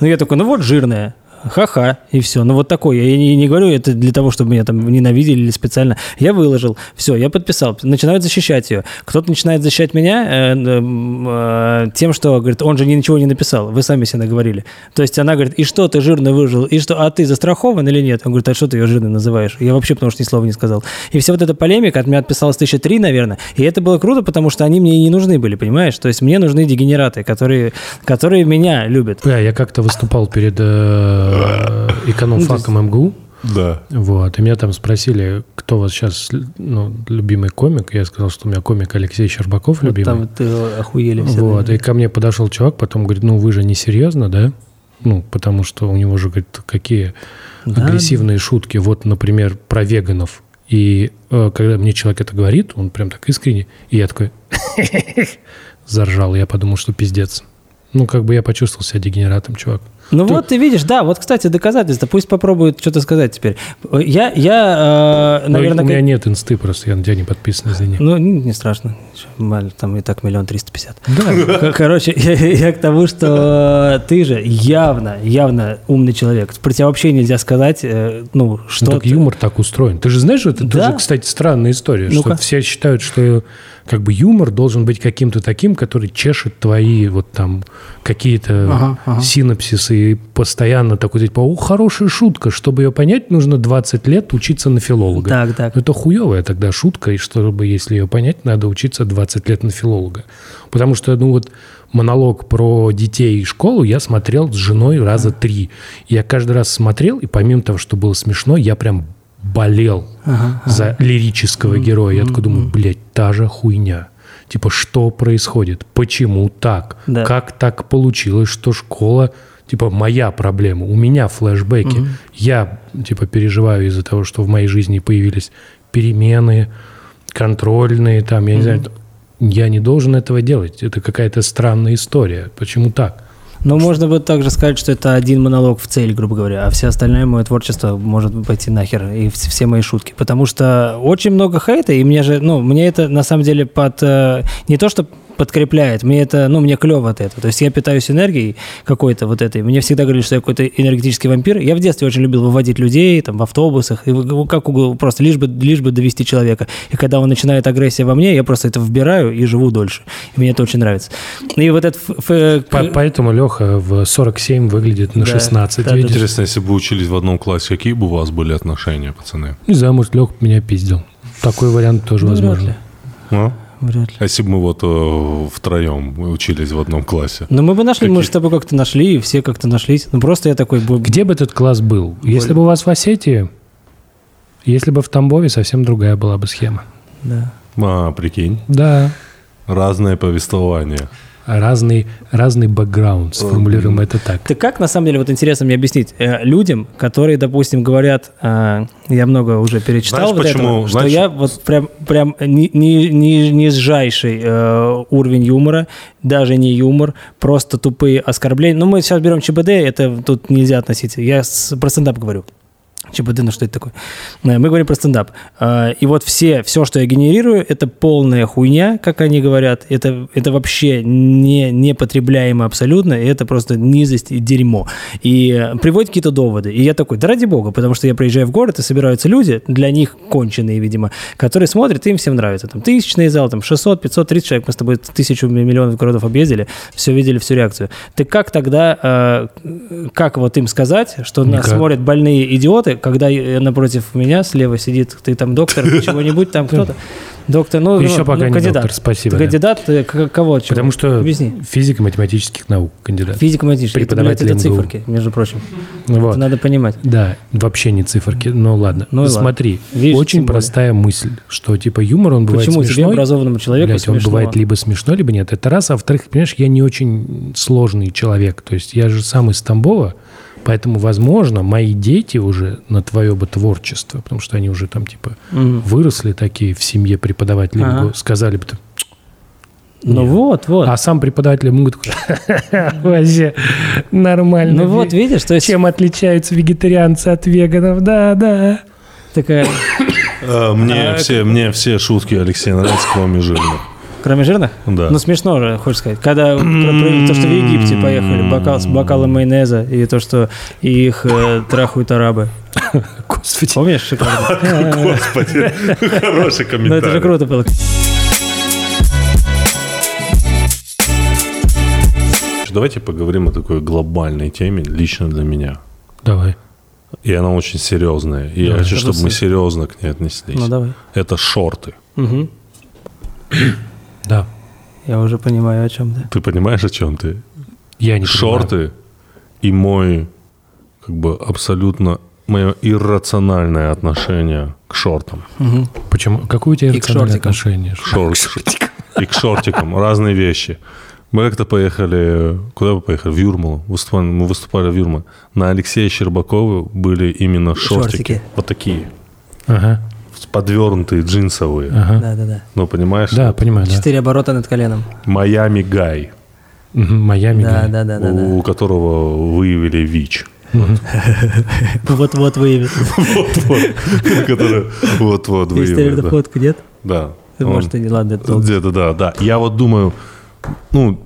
ну я такой, ну вот жирная. Ха-ха, и все. Ну вот такой. Я не, не говорю это для того, чтобы меня там ненавидели или специально. Я выложил, все, я подписал. Начинают защищать ее. Кто-то начинает защищать меня э, эм, э, тем, что, говорит, он же ни- ничего не написал. Вы сами себе наговорили. То есть она говорит, и что ты жирно выложил, и что, а ты застрахован или нет? Он говорит, а что ты ее жирной называешь? Я вообще потому что ни слова не сказал. И вся вот эта полемика от меня отписалась тысяча три, наверное. И это было круто, потому что они мне и не нужны были, понимаешь? То есть мне нужны дегенераты, которые, которые меня любят. Да, я как-то выступал перед э, экономфаком МГУ. Да. Вот, и меня там спросили, кто у вас сейчас ну, любимый комик. Я сказал, что у меня комик Алексей Щербаков Вот любимый. там вот, э, охуели все. Вот, и ко мне подошел чувак, потом говорит, ну вы же не серьезно, да? Ну, потому что у него же, говорит, какие агрессивные шутки. Вот, например, про веганов. И э, когда мне человек это говорит, он прям так искренне, и я такой заржал. Я подумал, что пиздец. Ну, как бы я почувствовал себя дегенератом, чувак. Ну вот ты видишь, да, вот, кстати, доказательства. Пусть попробуют что-то сказать теперь. Я, я э, Но наверное, Ну, у меня как- нет инсты просто, я на тебя не подписан, извини. Ну, не не страшно. Чё, маль, Там и так миллион триста пятьдесят. Да. Кор- Короче, я, я к тому, что ты же явно, явно умный человек. Про тебя вообще нельзя сказать, э, ну, что Ну, так ты- юмор так устроен. Ты же знаешь, это Да. тоже, кстати, странная история, Ну-ка. что все считают, что как бы юмор должен быть каким-то таким, который чешет твои вот там какие-то Ага, ага. синапсисы и постоянно такой типа, о, хорошая шутка, чтобы ее понять, нужно 20 лет учиться на филолога. Так, так. Ну, это хуевая тогда шутка, и чтобы, если ее понять, надо учиться 20 лет на филолога. Потому что, ну вот, монолог про детей и школу я смотрел с женой раза три. Я каждый раз смотрел, и помимо того, что было смешно, я прям болел за лирического героя. Я такой думаю, блядь, та же хуйня. Типа, что происходит? Почему так? Да. Как так получилось, что школа типа моя проблема, у меня флешбеки. Я типа переживаю из-за того, что в моей жизни появились перемены, контрольные, там, я не знаю, я не должен этого делать. Это какая-то странная история. Почему так? Но Ну, можно бы также сказать, что это один монолог в цель, грубо говоря, а все остальное мое творчество может пойти нахер, и вс- все мои шутки. Потому что очень много хейта, и мне же, ну, мне это на самом деле под... э, Не то, что подкрепляет, мне это, ну, мне клево от этого. То есть я питаюсь энергией какой-то вот этой. Мне всегда говорили, что я какой-то энергетический вампир. Я в детстве очень любил выводить людей там в автобусах, и вы- как угодно, просто лишь бы, лишь бы довести человека. И когда он начинает агрессия во мне, я просто это вбираю и живу дольше. И мне это очень нравится. И вот этот... ф- ф- По- Поэтому Леха в 47 выглядит на Ну, Да. 16. Да-да-да. видишь? Интересно, если бы учились в одном классе, какие бы у вас были отношения, пацаны? Не знаю, может, Леха меня пиздил. Такой вариант тоже Ну, вряд ли. возможен. А? Вряд ли. А Если бы мы вот э, втроем учились в одном классе. Ну, мы бы нашли, мы же с тобой как-то нашли, и все как-то нашлись. Ну, просто я такой... был- Где бы этот класс был? Если бы у вас в Осетии, если бы в Тамбове, совсем другая была бы схема. Да. А, прикинь, Да. разное повествование. Разный, разный бэкграунд, сформулируем это так. Ты как, на самом деле, вот интересно мне объяснить э, людям, которые, допустим, говорят, э, я много уже перечитал Знаешь, вот почему? этого, что Знаешь- я вот прям, прям ни- ни- ни- нижайший э, уровень юмора, даже не юмор, просто тупые оскорбления. Ну, мы сейчас берем ЧБД, это тут нельзя относить. Я с- про стендап говорю. ЧБД, ну что это такое? Э, Мы говорим про стендап. Э, И вот все, все, что я генерирую, это полная хуйня, как они говорят. Это, это вообще не, непотребляемо абсолютно. И это просто низость и дерьмо. И э, приводят какие-то доводы. И я такой, да ради бога, потому что я приезжаю в город, и собираются люди, для них конченые, видимо, которые смотрят, и им всем нравится. Там тысячный зал, там 600, 500, 30 человек. Мы с тобой тысячу ми- миллионов городов объездили, все видели, всю реакцию. Ты как тогда, э, как вот им сказать, что нас Никак. смотрят смотрят больные идиоты, когда э, напротив меня слева сидит, ты там доктор, ты чего-нибудь там кто-то. Доктор, ну, Еще ну, пока не кандидат. доктор, спасибо, да. Кандидат э, к- кого? чего? Потому что Объясни. физико-математических наук кандидат. Физика математическая. Это, блядь, преподаватель это МГУ. циферки, между прочим. Вот. Это надо понимать. Да, вообще не циферки. Ну ладно. Ну и ладно. Смотри, Видишь, очень тем более. простая мысль, что типа юмор он бывает Почему тебе смешной. образованному человеку Блядь, он смешно? бывает либо смешно, либо нет. Это раз. А во-вторых, понимаешь, я не очень сложный человек. То есть я же сам из Тамбова, поэтому, возможно, мои дети уже на твое бы творчество, потому что они уже там, типа, выросли такие в семье преподавателей, Ага. сказали бы, «Ть, Ну вот, вот. А сам преподаватель ему такой, вообще нормально. Ну вот, видишь, то есть... Чем отличаются вегетарианцы от веганов, да, да. Такая, Э, Мне все, мне все шутки Алексея нравятся, кроме жирных. кроме жирных? Да. Ну смешно же, хочешь сказать. Когда про- про то, что в Египте поехали, бокал с бокалом майонеза, и то, что их э, трахают арабы. Господи. Помнишь? шикарно? Господи, хороший Ну это же комментарий. круто было. Давайте поговорим о такой глобальной теме, лично для меня. Давай. И она очень серьезная. И я хочу, чтобы мы серьезно к ней отнеслись. Ну давай. Это шорты. Мгм. Да. Я уже понимаю, о чем ты. Ты понимаешь, о чем ты? Я не Шорты и мой как бы абсолютно мое иррациональное отношение к шортам. понимаю. Почему? Какое у тебя И к рациональное шортикам. отношение? Шорт- И к шортикам. Разные вещи. Мы как-то поехали... Куда мы поехали? В Юрмалу. Выступали- мы выступали в Юрмале. На Алексея Щербакова были именно шортики. Шортики. Вот такие. Ага, Подвернутые, джинсовые. ага. Да-да-да. Ну, понимаешь? Да, понимаю, да. Четыре оборота над коленом. Майами Гай, Мгм, Майами. да. Да-да-да. у которого выявили ВИЧ. Вот-вот выявит. Вот-вот. Который вот-вот Есть выявили. наверное, да. фотку, нет? Да. Ты, Он- Может, и не ладно, это долго. Где-то, да, да. Я вот думаю, ну,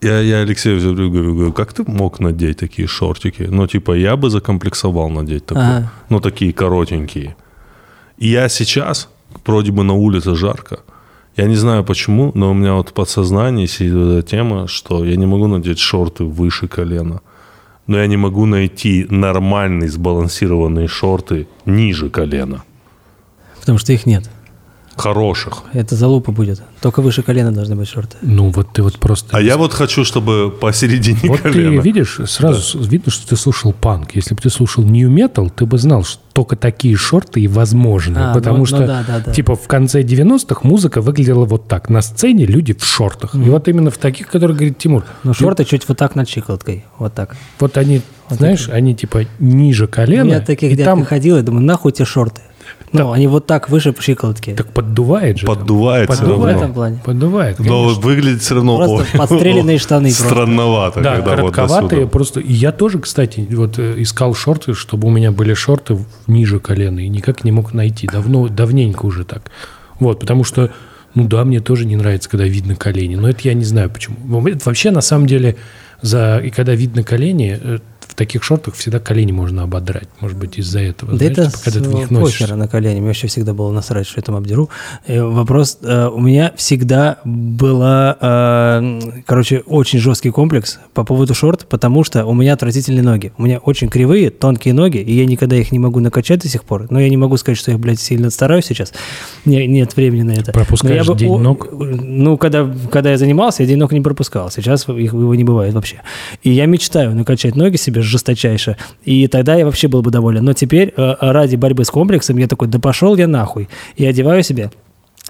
я, я Алексею все время говорю, говорю, как ты мог надеть такие шортики? Ну, типа, я бы закомплексовал надеть такое. Ага. Ну, такие коротенькие. И я сейчас, вроде бы на улице жарко, я не знаю почему, но у меня вот в подсознании сидит вот эта тема, что я не могу надеть шорты выше колена. Но я не могу найти нормальные сбалансированные шорты ниже колена. Потому что их нет. Хороших. Это залупа будет. Только выше колена должны быть шорты. Ну, вот ты вот просто... А я вот хочу, чтобы посередине Вот колена. ты видишь, сразу с- видно, что ты слушал панк. Если бы ты слушал нью метал, ты бы знал, что только такие шорты и возможны. А, потому ну- ну что, да, да, да. типа, в конце 90-х музыка выглядела вот так. На сцене люди в шортах. И вот именно в таких, которые говорит Тимур. Но ну, шорты чуть вот так над щиколоткой. Вот так. Вот они, знаешь, они, типа, ниже У колена. меня таких и дядька там ходил, я думаю, нахуй те шорты. Ну, они вот так выше щиколотки. так поддувает же. там. Поддувает все в Поддувает. равно. этом плане. Поддувает. Но выглядит все равно... Просто ой, подстреленные штаны просто. Странновато, Да, когда вот до коротковатые сюда. просто. И Я тоже, кстати, вот э, искал шорты, чтобы у меня были шорты в- ниже колена, и никак не мог найти. Давно, давненько уже так. Вот, потому что, ну да, мне тоже не нравится, когда видно колени, но это я не знаю почему. Во- это Вообще, на самом деле, за и когда видно колени, э, в таких шортах всегда колени можно ободрать. Может быть, из-за этого. Да знаешь, это типа, когда ты в них с- носишь. похера на колени. Мне вообще всегда было насрать, что я там обдеру. Э, Вопрос. э, У меня всегда была, э, м, короче, очень жесткий комплекс по поводу шорт, потому что у меня отвратительные ноги. У меня очень кривые, тонкие ноги, и я никогда их не могу накачать до сих пор. Но я не могу сказать, что я, блядь, сильно стараюсь сейчас. Не- нет времени на это. Но я Пропускаешь бы день о- ног? Ну, когда, когда я занимался, я день ног не пропускал. Сейчас их его не бывает вообще. И я мечтаю накачать ноги себе жесточайше. И тогда я вообще был бы доволен. Но теперь э, ради борьбы с комплексом я такой, да пошел я нахуй. И одеваю себе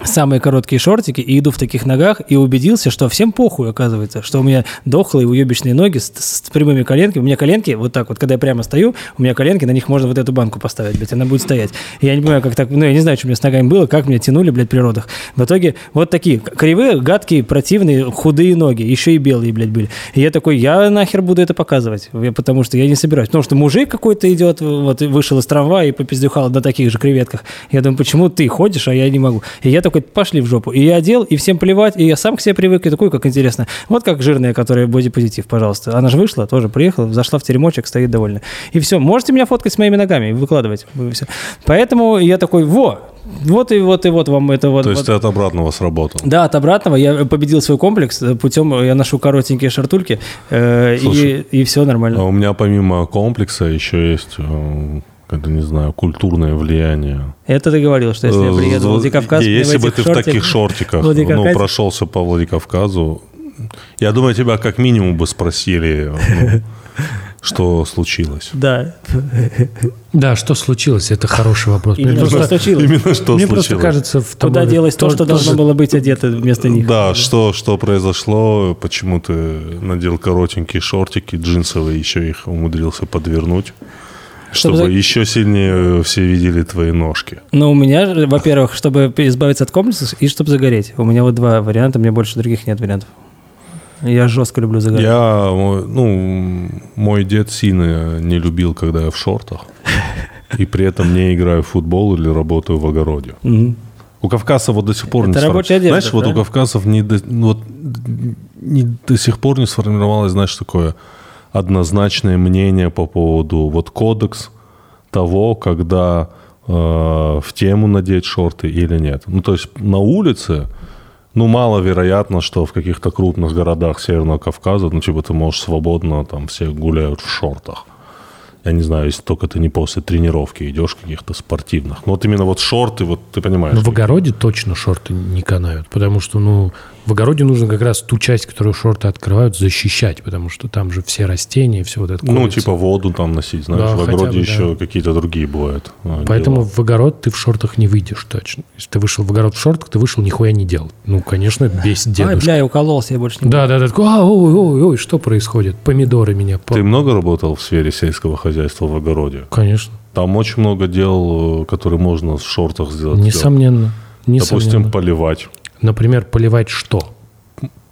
самые короткие шортики и иду в таких ногах и убедился, что всем похуй, оказывается, что у меня дохлые уебищные ноги с, с прямыми коленками. У меня коленки вот так вот, когда я прямо стою, у меня коленки, на них можно вот эту банку поставить, блядь, она будет стоять. И Я не понимаю, как так, ну, я не знаю, что у меня с ногами было, как меня тянули, блядь, при родах. В итоге вот такие к- кривые, гадкие, противные, худые ноги, еще и белые, блядь, были. И я такой, я нахер буду это показывать, Я- потому что я не собираюсь. Потому что мужик какой-то идет, вот, и вышел из трамвая и попиздюхал на таких же креветках. Я думаю, почему ты ходишь, а я не могу? И я такой, пошли в жопу. И я одел, и всем плевать, и я сам к себе привык, и такой, как интересно. Вот как жирная, которая бодипозитив, пожалуйста. Она же вышла, тоже приехала, зашла в теремочек, стоит довольна. И все, можете меня фоткать с моими ногами, выкладывать. Всё. Поэтому я такой, во, вот и вот и вот вам это вот. То есть вот. ты от обратного сработал. Да, от обратного я победил свой комплекс э, путем, э, я ношу коротенькие шартульки, э, Слушай, и, все нормально. А у меня помимо комплекса еще есть, э, это не знаю, культурное влияние. Это ты говорил, что если я приеду в Э, Владикавказ, и мне в Если бы этих ты в шортик- таких шортиках ну, Владикавказ- прошелся по Владикавказу, я думаю, тебя как минимум бы спросили, ну, что случилось. Да. Да, что случилось? Это хороший вопрос. И не просто, случилось. Именно что мне просто случилось. кажется, в Куда Тамбове делось то, тоже- что должно тоже- было быть одето вместо них? Да, что, что произошло, почему ты надел коротенькие шортики, джинсовые, еще их умудрился подвернуть. Чтобы, чтобы еще сильнее все видели твои ножки. Ну, у меня, во-первых, чтобы избавиться от комплексов и чтобы загореть. У меня вот два варианта, у меня больше других нет вариантов. Я жестко люблю загорать. Я, ну, мой дед сильно не любил, когда я в шортах. И при этом не играю в футбол или работаю в огороде. У кавказцев вот до сих пор Это не сформ- рабочая одежда, Знаешь, вот да? у кавказцев не до, ну, вот, не до сих пор не сформировалось, знаешь, такое однозначное мнение по поводу вот кодекс того, когда э, в тему надеть шорты или нет. Ну, то есть на улице, ну, маловероятно, что в каких-то крупных городах Северного Кавказа, ну, типа ты можешь свободно, там все гуляют в шортах. Я не знаю, если только ты не после тренировки идешь каких-то спортивных. Но вот именно вот шорты, вот ты понимаешь. Но Ну, в огороде точно шорты не канают, потому что, ну, в огороде нужно как раз ту часть, которую шорты открывают, защищать, потому что там же все растения, все вот это. Ну, колется. типа воду там носить, знаешь, Да, в хотя огороде бы, да. еще какие-то другие бывают. э, Поэтому дела. в огород ты в шортах не выйдешь точно. Если ты вышел в огород в шортах, ты вышел, нихуя не делал. Ну, конечно, это бесит Ай, дедушка. бля, я укололся, я больше не Да, да, да. такой, «А, ой, ой, ой, что происходит? Помидоры меня. по-» Ты много работал в сфере сельского хозяйства в огороде? Конечно. Там очень много дел, э, которые можно в шортах сделать. Несомненно. Допустим, Несомненно. поливать Например, поливать что?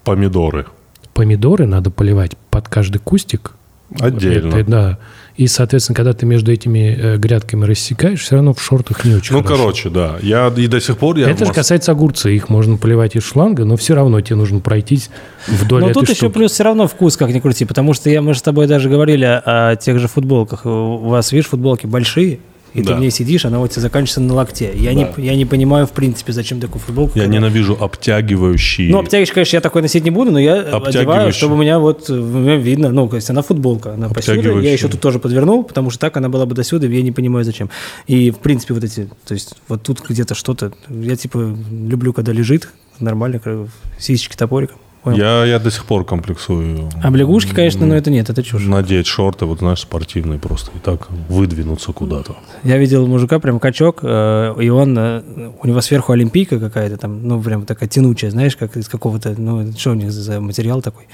помидоры Помидоры надо поливать под каждый кустик. отдельно. Это, да. И, соответственно, когда ты между этими э, грядками рассекаешь, все равно в шортах не очень ну, хорошо. короче, да. Я и до сих пор я Это в же Мос- касается огурца. Их можно поливать из шланга, но все равно тебе нужно пройтись вдоль а Но этой тут еще штуки. плюс все равно вкус, как ни крути, потому что я, мы же с тобой даже говорили о, о тех же футболках. У вас, видишь, футболки большие, и Да. ты в ней сидишь, она вот тебе заканчивается на локте. Я, не, я не понимаю, в принципе, зачем такую футболку. Я когда- ненавижу обтягивающие. Ну, обтягиваешь, конечно, я такой носить не буду, но я одеваю, Обтягивающий. чтобы у меня вот э, у меня видно, ну, то есть она футболка, она посюда, я Обтягивающий. еще тут тоже подвернул, потому что так она была бы до сюда, я не понимаю зачем. И, в принципе, вот эти, то есть вот тут где-то что-то, я, типа, люблю, когда лежит, нормально, как сисечки топориком. Понял? Я, я до сих пор комплексую. А, Облегушки, конечно, но это нет, это чушь. Надеть шорты, вот знаешь, спортивные просто. И так выдвинуться куда-то. Я видел мужика, прям качок, э, и он, э, у него сверху олимпийка какая-то там, ну, прям такая тянучая, знаешь, как из какого-то, ну, что у них за- за материал такой.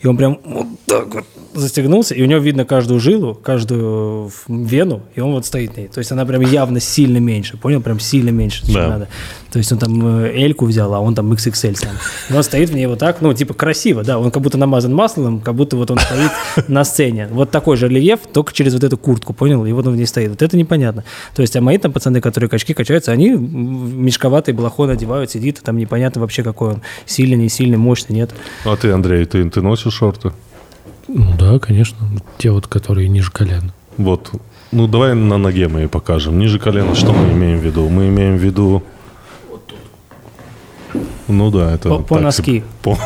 И он прям вот так вот застегнулся, и у него видно каждую жилу, каждую в- вену, и он вот стоит на ней. То есть она прям явно сильно меньше, понял? Прям сильно меньше, чем Да. надо. То есть он там э, эльку взял, а он там XXL сам. И он стоит в ней вот так, ну, типа красиво, да, он как будто намазан маслом, как будто вот он стоит на сцене. Вот такой же рельеф, только через вот эту куртку, понял? И вот он в ней стоит. Вот это непонятно. То есть, а мои там пацаны, которые качки качаются, они м, мешковатый балахон одевают, сидит, и там непонятно вообще, какой он. Сильный, не сильный, мощный, нет. А ты, Андрей, ты, ты носишь шорты? Ну да, конечно. Те вот, которые ниже колена. Вот. Ну, давай на ноге мы и покажем. Ниже колена что мы имеем в виду? Мы имеем в виду... Ну да, это... По- по так носки. себе. По-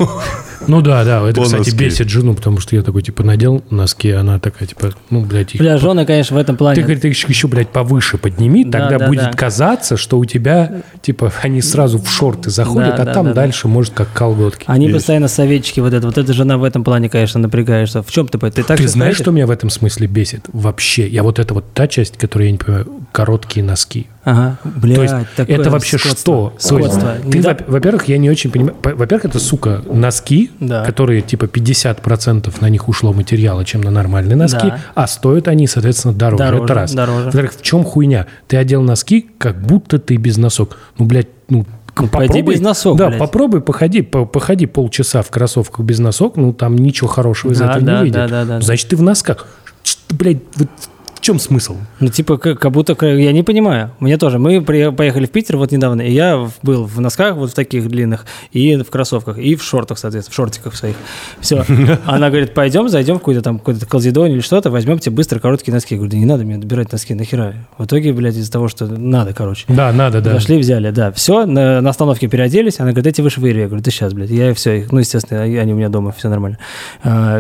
Ну да, да. Это, По кстати, носки. бесит жену, потому что я такой, типа, надел носки, а она такая, типа, ну, блядь, их... Бля, жены, конечно, в этом Ты, плане... говорит, еще, еще, блядь, повыше подними, Да, тогда да, будет да. казаться, что у тебя, типа, они сразу в шорты заходят, Да, а да, там да, да. дальше, может, как колготки. Они Есть. постоянно советчики вот это. Вот эта жена в этом плане, конечно, напрягаешься. В чем ты? по- Ты так Ты же знаешь, стоишь? что меня в этом смысле бесит? Вообще, я вот это вот та часть, которую я не понимаю, короткие носки. Ага, блядь, То есть такое это вообще скотство. что? То есть Скотство. ты, Да. во- во-первых, я не очень понимаю. По- Во-первых, это, сука, носки, Да. которые типа 50% на них ушло материала, чем на нормальные носки, Да. а стоят они, соответственно, дороже. Дороже, это раз. дороже. Во-вторых, в чем хуйня? Ты одел носки, как будто ты без носок. Ну, блядь, ну, к- Ну, пойди без носок, да, блядь. попробуй, походи, по- походи полчаса в кроссовках без носок, ну там ничего хорошего из Да, этого да, не выйдет. да, да, да. Значит, ты в носках. Что, Блядь, вот в чем смысл? Ну, типа, как, как будто, как- я не понимаю. Мне тоже. Мы при- поехали в Питер вот недавно, и я в- был в носках вот в таких длинных, и в кроссовках, и в шортах, соответственно, в шортиках своих. Все. Она говорит, пойдем, зайдем в какой-то там какой-то колзидон или что-то, возьмем тебе быстро короткие носки. Я говорю, да не надо мне добирать носки, нахера. В итоге, блядь, из-за того, что надо, короче. Да, надо, да. Зашли, взяли, да. Все, на, на остановке переоделись. Она говорит, эти вы швыри. Я говорю, ты сейчас, блядь. Я все, их, ну, естественно, они они у меня дома, все нормально.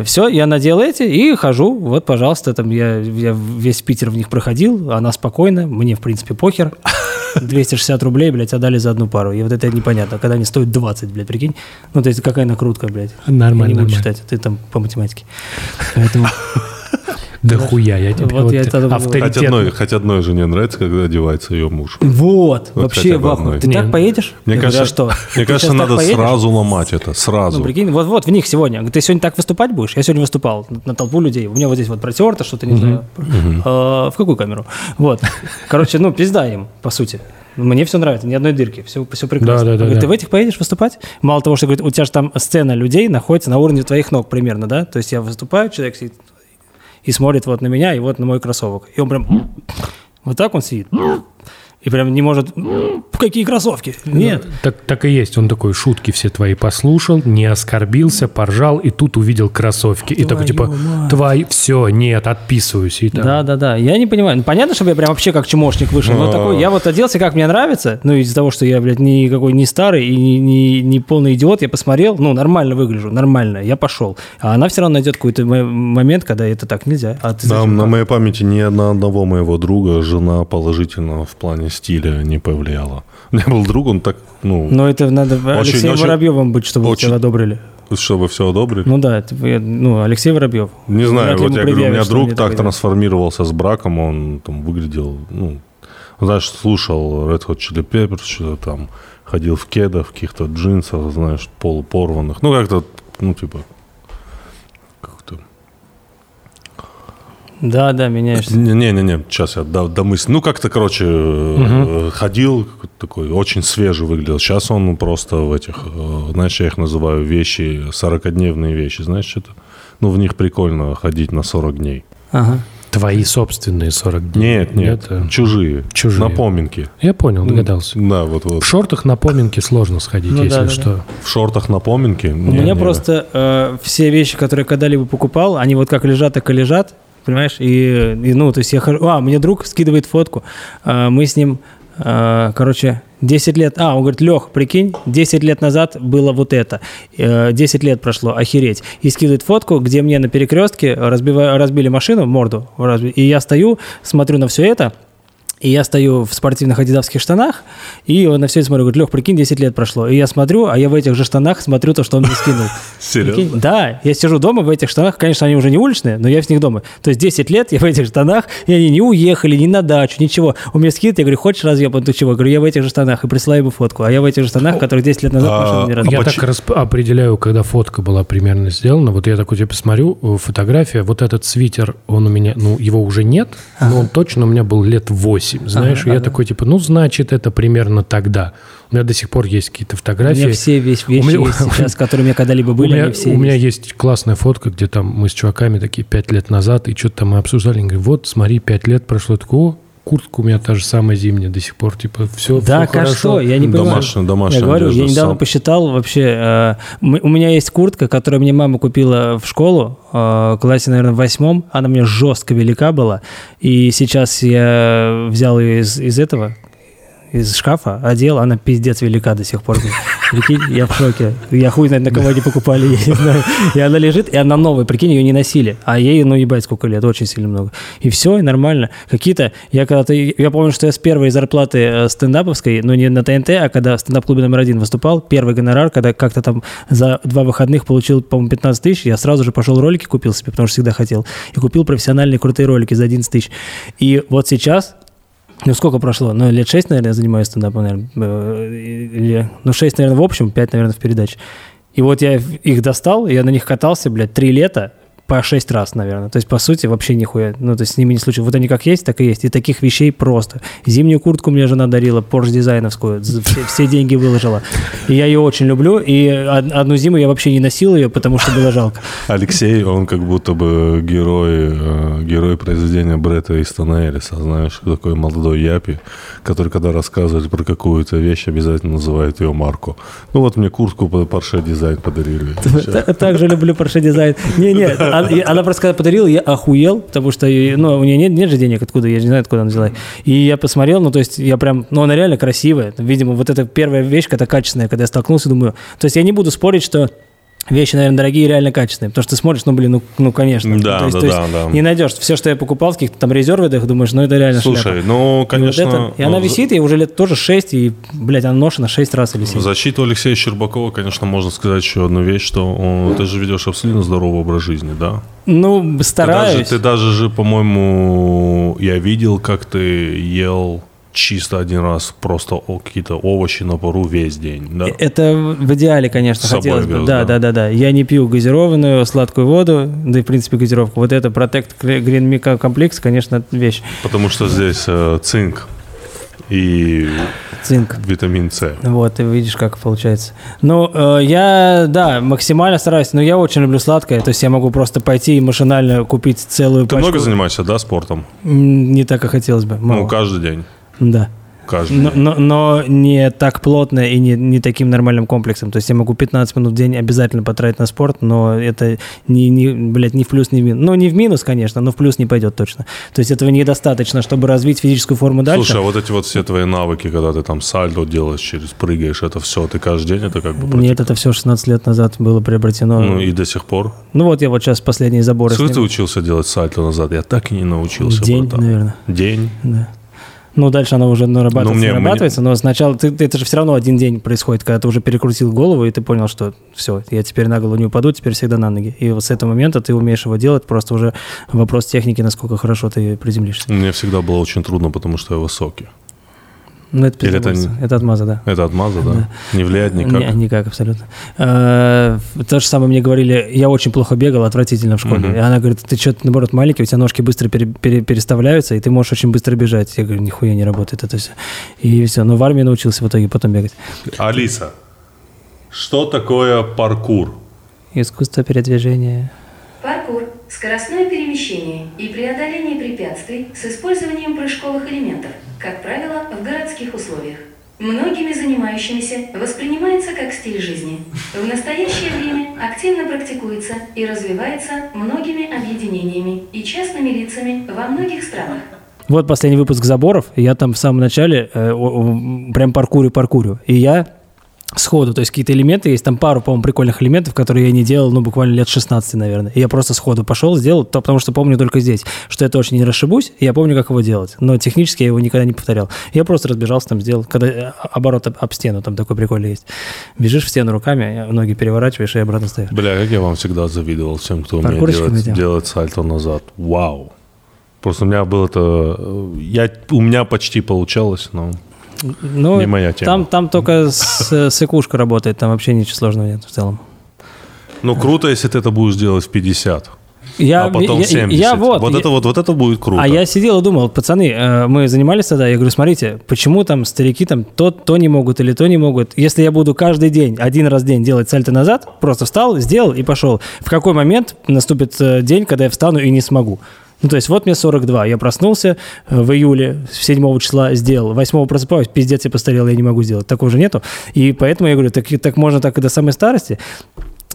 все, я надел эти и хожу. Вот, пожалуйста, там я, я весь Питер в них проходил. Она спокойно, мне, в принципе, похер. 260 рублей, блядь, отдали за одну пару. И вот это непонятно, когда они стоят 20, блядь, прикинь. Ну, то есть какая накрутка, блядь. Я не Нормально, буду нормально. читать, ты там по математике. Поэтому... Да хуя, я тебе Вот вот я те- тогда говорю. авторитетно. Хоть одной, хоть одной жене нравится, когда одевается ее муж. Вот, Вот вообще хотя бы в ахуе. одной. Ты Не, так поедешь? Мне Я говорю, кажется, «А что? мне Ты кажется сейчас так надо поедешь?» сразу ломать это, сразу. Ну, прикинь, вот, вот в них сегодня. Ты сегодня так выступать будешь? Я сегодня выступал на, на толпу людей. У меня вот здесь вот протерто, что-то не знаю. А, в какую камеру? Вот. Короче, ну, пизда им, по сути. Мне все нравится, ни одной дырки, все, все прекрасно. Да, да, Он да, говорит, да. Ты в этих поедешь выступать? Мало того, что говорит, у тебя же там сцена людей находится на уровне твоих ног примерно, да? То есть я выступаю, человек сидит и смотрит вот на меня и вот на мой кроссовок. И он прям вот так он сидит. И прям не может... Какие кроссовки? Нет. Так, так и есть. Он такой, шутки все твои послушал, не оскорбился, поржал, и тут увидел кроссовки. и такой, типа, твои, все, нет, отписываюсь. И там. Да, да, да. Я не понимаю. Ну, понятно, что я прям вообще как чмошник вышел. А. Но такой, я вот оделся, как мне нравится. Ну, из-за того, что я, блядь, никакой не старый и не, не- не полный идиот, я посмотрел, ну, нормально выгляжу, нормально, я пошел. А она все равно найдет какой-то м- момент, когда это так нельзя. А ты На, зачем? на моей памяти ни на одного моего друга жена положительно в плане стиля не повлияла. У меня был друг, он так, ну, Ну, это надо Алексеем очень- Воробьевым быть, чтобы очень- тебя одобрили. чтобы все одобрили. Ну да, это, я- ну, Алексей Воробьев. не знаю, Вряд ли вот ему я говорю, у предъявят, меня что друг мне так такое делать. трансформировался с браком, он там выглядел, ну, знаешь, слушал Red Hot Chili Peppers, что-то там, ходил в кедах, в каких-то джинсах, знаешь, полупорванных, ну, как-то, ну, типа, как-то Да, да, меняешься. Не-не-не, сейчас я до, домыслю. Ну, как-то, короче, э, ходил, какой-то такой, очень свежий выглядел. Сейчас он просто в этих, э, знаешь, я их называю вещи, 40-дневные вещи, знаешь, что-то? Ну, в них прикольно ходить на 40 дней. Ага. Твои собственные 40 дней. Нет, нет, Это- чужие. Чужие. Напоминки. Я понял, догадался. Да, вот-вот. В шортах на поминке сложно сходить, Ну да, если да, да. что. В шортах напоминки. У меня просто э, все вещи, которые я когда-либо покупал, они вот как лежат, так и лежат, понимаешь? И, и, ну, то есть я хожу... А, мне друг скидывает фотку. А, мы с ним, а, короче, 10 лет... А, он говорит, Лех, прикинь, 10 лет назад было вот это. Э, 10 лет прошло, охереть. И скидывает фотку, где мне на перекрестке разбива- разбили машину, морду. разби- И я стою, смотрю на все это, и я стою в спортивных адидавских штанах, и он на все это смотрю, говорит, Лех, прикинь, 10 лет прошло. И я смотрю, а я в этих же штанах смотрю то, что он мне скинул. Серьезно? Прикинь? Да, я сижу дома в этих штанах, конечно, они уже не уличные, но я в них дома. То есть 10 лет я в этих штанах, и они не уехали, не на дачу, ничего. У меня скидывает, я говорю, хочешь разъебан, ты чего? Я говорю, я в этих же штанах, и присылаю ему фотку. А я в этих же штанах, которые 10 лет назад А, машина не разбила. Я поч- так расп- определяю, когда фотка была примерно сделана. Вот я такой типа смотрю, э, фотография, вот этот свитер, он у меня, ну, его уже нет, но он точно у меня был лет 8, знаешь. и я такой типа, ну, значит, это примерно тогда. У меня до сих пор есть какие-то У фотографии. меня все вещи, вещи У меня- есть сейчас, которые у меня когда-либо У были, меня, они все у меня есть. есть классная фотка, где там мы с чуваками такие пять лет назад, и что-то там мы обсуждали. Они говорят, вот, смотри, пять лет прошло. Я такой, о, куртка у меня та же самая зимняя до сих пор. Типа, все, Да, все хорошо. что, я не понимаю. Домашняя- домашняя Я говорю, одежда, я недавно сам. посчитал вообще. э, мы- у меня есть куртка, которую мне мама купила в школу, э, в классе, наверное, в восьмом. Она мне жестко велика была. И сейчас я взял ее из, из этого, из шкафа, одел, она пиздец велика до сих пор. Прикинь, я в шоке. Я хуй знает, на кого они покупали. я не знаю. И она лежит, и она новая, прикинь, ее не носили. А ей, ну, ебать, сколько лет, очень сильно много. И все, и нормально. Какие-то, я когда-то, я помню, что я с первой зарплаты э, стендаповской, ну, не на ТНТ, а когда в стендап-клубе номер один выступал, первый гонорар, когда как-то там за два выходных получил, по-моему, 15 тысяч, я сразу же пошел ролики купил себе, потому что всегда хотел. И купил профессиональные крутые ролики за 11 тысяч. И вот сейчас ну, сколько прошло? Ну, лет шесть, наверное, я занимаюсь стендапом, наверное. э, или- ну, шесть, наверное, в общем, пять, наверное, в передаче. И вот я их достал, я на них катался, блядь, три лета по шесть раз, наверное. То есть, по сути, вообще нихуя. Ну, то есть, с ними не случилось. Вот они как есть, так и есть. И таких вещей просто. Зимнюю куртку мне жена дарила, Porsche дизайновскую. з- Все, все деньги выложила. И я ее очень люблю. И од- одну зиму я вообще не носил ее, потому что было жалко. Алексей, он как будто бы герой, э, герой произведения Бретта Истона Эллиса, знаешь, такой молодой япи, который, когда рассказывает про какую-то вещь, обязательно называет ее марку. Ну вот мне куртку по Porsche дизайн подарили. Та- Также люблю Porsche дизайн. Не-не, она она просто когда подарила, я охуел, потому что э, ну, у нее нет, нет же денег откуда, я же не знаю, откуда она взяла. И я посмотрел, ну, то есть я прям, ну, она реально красивая. Видимо, вот это первая вещь, когда качественная, когда я столкнулся, думаю, то есть я не буду спорить, что Вещи, наверное, дорогие и реально качественные. Потому что ты смотришь, ну, блин, ну, ну конечно. Да, то есть, да, то есть да, да. Не найдешь. Все, что я покупал в каких-то там резервах, думаешь, ну, это реально шляпа. Слушай, ну, И вот конечно... это- и она ну, висит, и уже лет тоже 6, и, блядь, она ношена 6 раз или 7. В защиту Алексея Щербакова, конечно, можно сказать еще одну вещь, что он- ты же ведешь абсолютно здоровый образ жизни, да? Ну, Ты даже, стараюсь. ты даже же, по-моему, я видел, как ты ел чисто один раз просто о- какие-то овощи на пару весь день, да? Э, Это в идеале, конечно, Э, С собой хотелось бы. вез, Да, да, да. да, да. Я не пью газированную, сладкую воду, да и, в принципе, газировку. Вот это Protect Green Mica комплекс, конечно, вещь. Потому что здесь э, цинк и Цинк. витамин С. Вот, ты видишь, как получается. Ну, э, я, да, максимально стараюсь, но я очень люблю сладкое, то есть я могу просто пойти и машинально купить целую Ты пачку. много занимаешься, да, спортом? М, Не так, как хотелось бы. Ну, Мало. Ну, каждый день. Да. Каждый Но, день. но- но не так плотно и не, не таким нормальным комплексом. То есть я могу 15 минут в день обязательно потратить на спорт, но это не, не блядь, ни в плюс, ни в минус. Ну, не в минус, конечно, но в плюс не пойдет точно. То есть этого недостаточно, чтобы развить физическую форму дальше. Слушай, а вот эти вот все твои навыки, когда ты там сальдо делаешь, через прыгаешь, это все, ты каждый день это как бы Нет, это все 16 лет назад было приобретено. а Ну и до сих пор. Ну вот я вот сейчас последние заборы Сколько ты сниму. учился делать сальто назад? Я так и не научился. День, братан. наверное. День. Ну, дальше она уже нарабатывается, Ну, мне- нарабатывается, но сначала ты, ты- это же все равно один день происходит, когда ты уже перекрутил голову, и ты понял, что все, я теперь на голову не упаду, теперь всегда на ноги. И вот с этого момента ты умеешь его делать, просто уже вопрос техники, насколько хорошо ты приземлишься. Мне всегда было очень трудно, потому что я высокий. Ну, это Или это пиздобольство, это, отмаза, да. Это отмаза, да? Не влияет никак. Не- никак, абсолютно. Э, То же самое мне говорили, я очень плохо бегал, отвратительно в школе. И она говорит, ты что, наоборот, маленький, у тебя ножки быстро пере- пере- переставляются, и ты можешь очень быстро бежать. Я говорю, нихуя не работает это все. И все, но в армии научился в итоге потом бегать. Алиса, что такое паркур? Искусство передвижения. Паркур – скоростное перемещение и преодоление препятствий с использованием прыжковых элементов, как правило, в городских условиях. Многими занимающимися воспринимается как стиль жизни. В настоящее время активно практикуется и развивается многими объединениями и частными лицами во многих странах. Вот последний выпуск «Заборов», и я там в самом начале э, о- о- прям паркурю-паркурю. И я сходу, то есть какие-то элементы есть, там пару, по-моему, прикольных элементов, которые я не делал, ну, буквально лет 16, наверное. И я просто сходу пошел, сделал, то, потому что помню только здесь, что я точно не расшибусь, и я помню, как его делать. Но технически я его никогда не повторял. Я просто разбежался там, сделал, когда э, оборот об, об стену, там такой прикольный есть. Бежишь в стену руками, ноги переворачиваешь и обратно стоишь. Бля, как я вам всегда завидовал всем, кто умеет Паркурщикам делать, этим? делать сальто назад. Вау. Просто у меня было это... э, Я, у меня почти получалось, но... Ну, Не моя тема. Там, там только с, с икушкой работает, там вообще ничего сложного нет в целом. Ну, круто, если ты это будешь делать в 50. Я, а потом я, 70. я вот. я- это вот, вот это будет круто. А я сидел и думал, пацаны, э, мы занимались тогда, я говорю, смотрите, почему там старики там то, то не могут или то не могут. Если я буду каждый день, один раз в день делать сальто назад, просто встал, сделал и пошел. В какой момент наступит э, день, когда я встану и не смогу? Ну, то есть вот мне 42, я проснулся э, в июле, 7 числа сделал, 8 просыпаюсь, пиздец, я постарел, я не могу сделать, такого же нету. И поэтому я говорю, так, так можно так и до самой старости.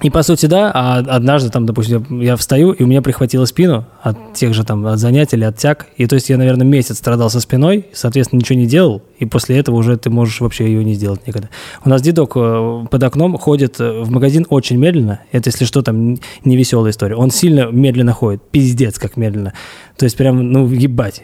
И по сути, да, а однажды там, допустим, я я встаю, и у меня прихватило спину от тех же там от занятий или от тяг. И то есть я, наверное, месяц страдал со спиной, соответственно, ничего не делал, и после этого уже ты можешь вообще ее не сделать никогда. У нас дедок э, под окном ходит э, в магазин очень медленно. Это, если что, там н- не веселая история. Он сильно медленно ходит, пиздец, как медленно. То есть прям, ну, ебать.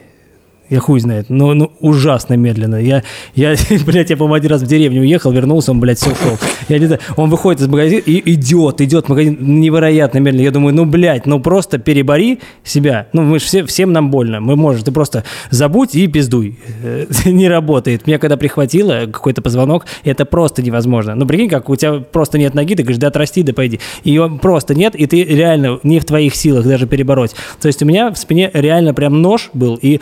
Я хуй знает. Ну, ну ужасно медленно. Я, я, блядь, я, по-моему, один раз в деревню уехал, вернулся, он, блядь, все ушел. Я не знаю. Он выходит из магазина и идет, идет в магазин невероятно медленно. Я думаю, ну, блядь, ну просто перебори себя. Ну, мы же все, всем нам больно. Мы можем, ты просто забудь и пиздуй. Э, Не работает. Меня когда прихватило какой-то позвонок, это просто невозможно. Ну, прикинь, как у тебя просто нет ноги, ты говоришь, да отрасти, да пойди. Ее просто нет, и ты реально не в твоих силах даже перебороть. То есть у меня в спине реально прям нож был, и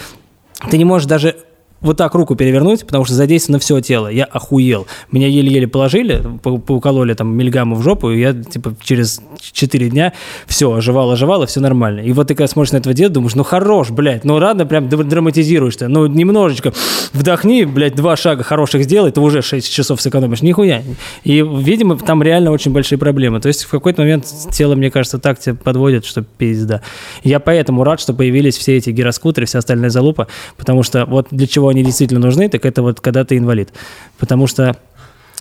ты не можешь даже вот так руку перевернуть, потому что задействовано все тело. Я охуел. Меня еле-еле положили, по- поукололи там мильгаму в жопу, и я типа через 4 дня все, оживал, оживал, и все нормально. И вот ты когда смотришь на этого деда, думаешь, ну хорош, блядь, ну рано прям др- драматизируешь ты. Ну немножечко вдохни, блядь, два шага хороших сделай, ты уже 6 часов сэкономишь. Нихуя. И, видимо, там реально очень большие проблемы. То есть в какой-то момент тело, мне кажется, так тебя подводит, что пизда. Я поэтому рад, что появились все эти гироскутеры, вся остальная залупа, потому что вот для чего они действительно нужны, так это вот когда ты инвалид. Потому что,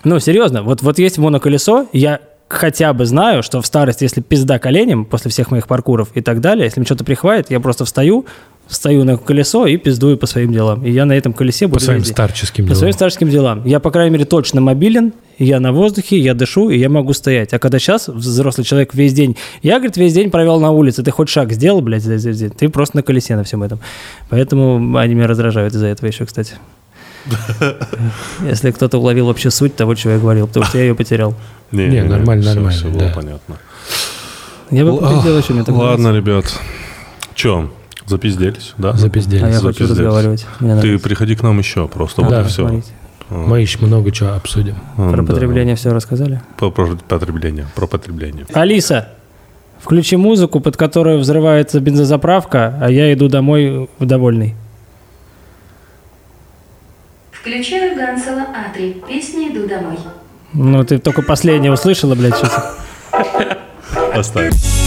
ну, серьезно, вот, вот есть моноколесо, я хотя бы знаю, что в старости, если пизда коленем после всех моих паркуров и так далее, если мне что-то прихватит, я просто встаю, встаю на колесо и пиздую по своим делам. И я на этом колесе буду По своим ездить. старческим По своим делам. старческим делам. Я, по крайней мере, точно мобилен, я на воздухе, я дышу, и я могу стоять. А когда сейчас взрослый человек весь день... Я, говорит, весь день провел на улице, ты хоть шаг сделал, блядь, здесь, здесь, здесь. ты просто на колесе на всем этом. Поэтому они меня раздражают из-за этого еще, кстати. Если кто-то уловил вообще суть того, чего я говорил, потому что я ее потерял. Не, нормально, всё- нормально, всё да. было понятно. Я бы Ах, хотел еще, мне так Ладно, нравится. ребят. Че, запизделись, да? Запиздели. А я хочу запиздец. разговаривать. Мне Ты нравится приходи к нам еще просто, вот Да. и все. говорить. Мы еще много чего обсудим. Про потребление все рассказали. Про про потребление, про потребление. Алиса, включи музыку, под которую взрывается бензозаправка, а я иду домой довольный. Включаю Гансела А3. Песни «Иду домой». Ну, ты только последнее услышала, блядь, сейчас. Оставь.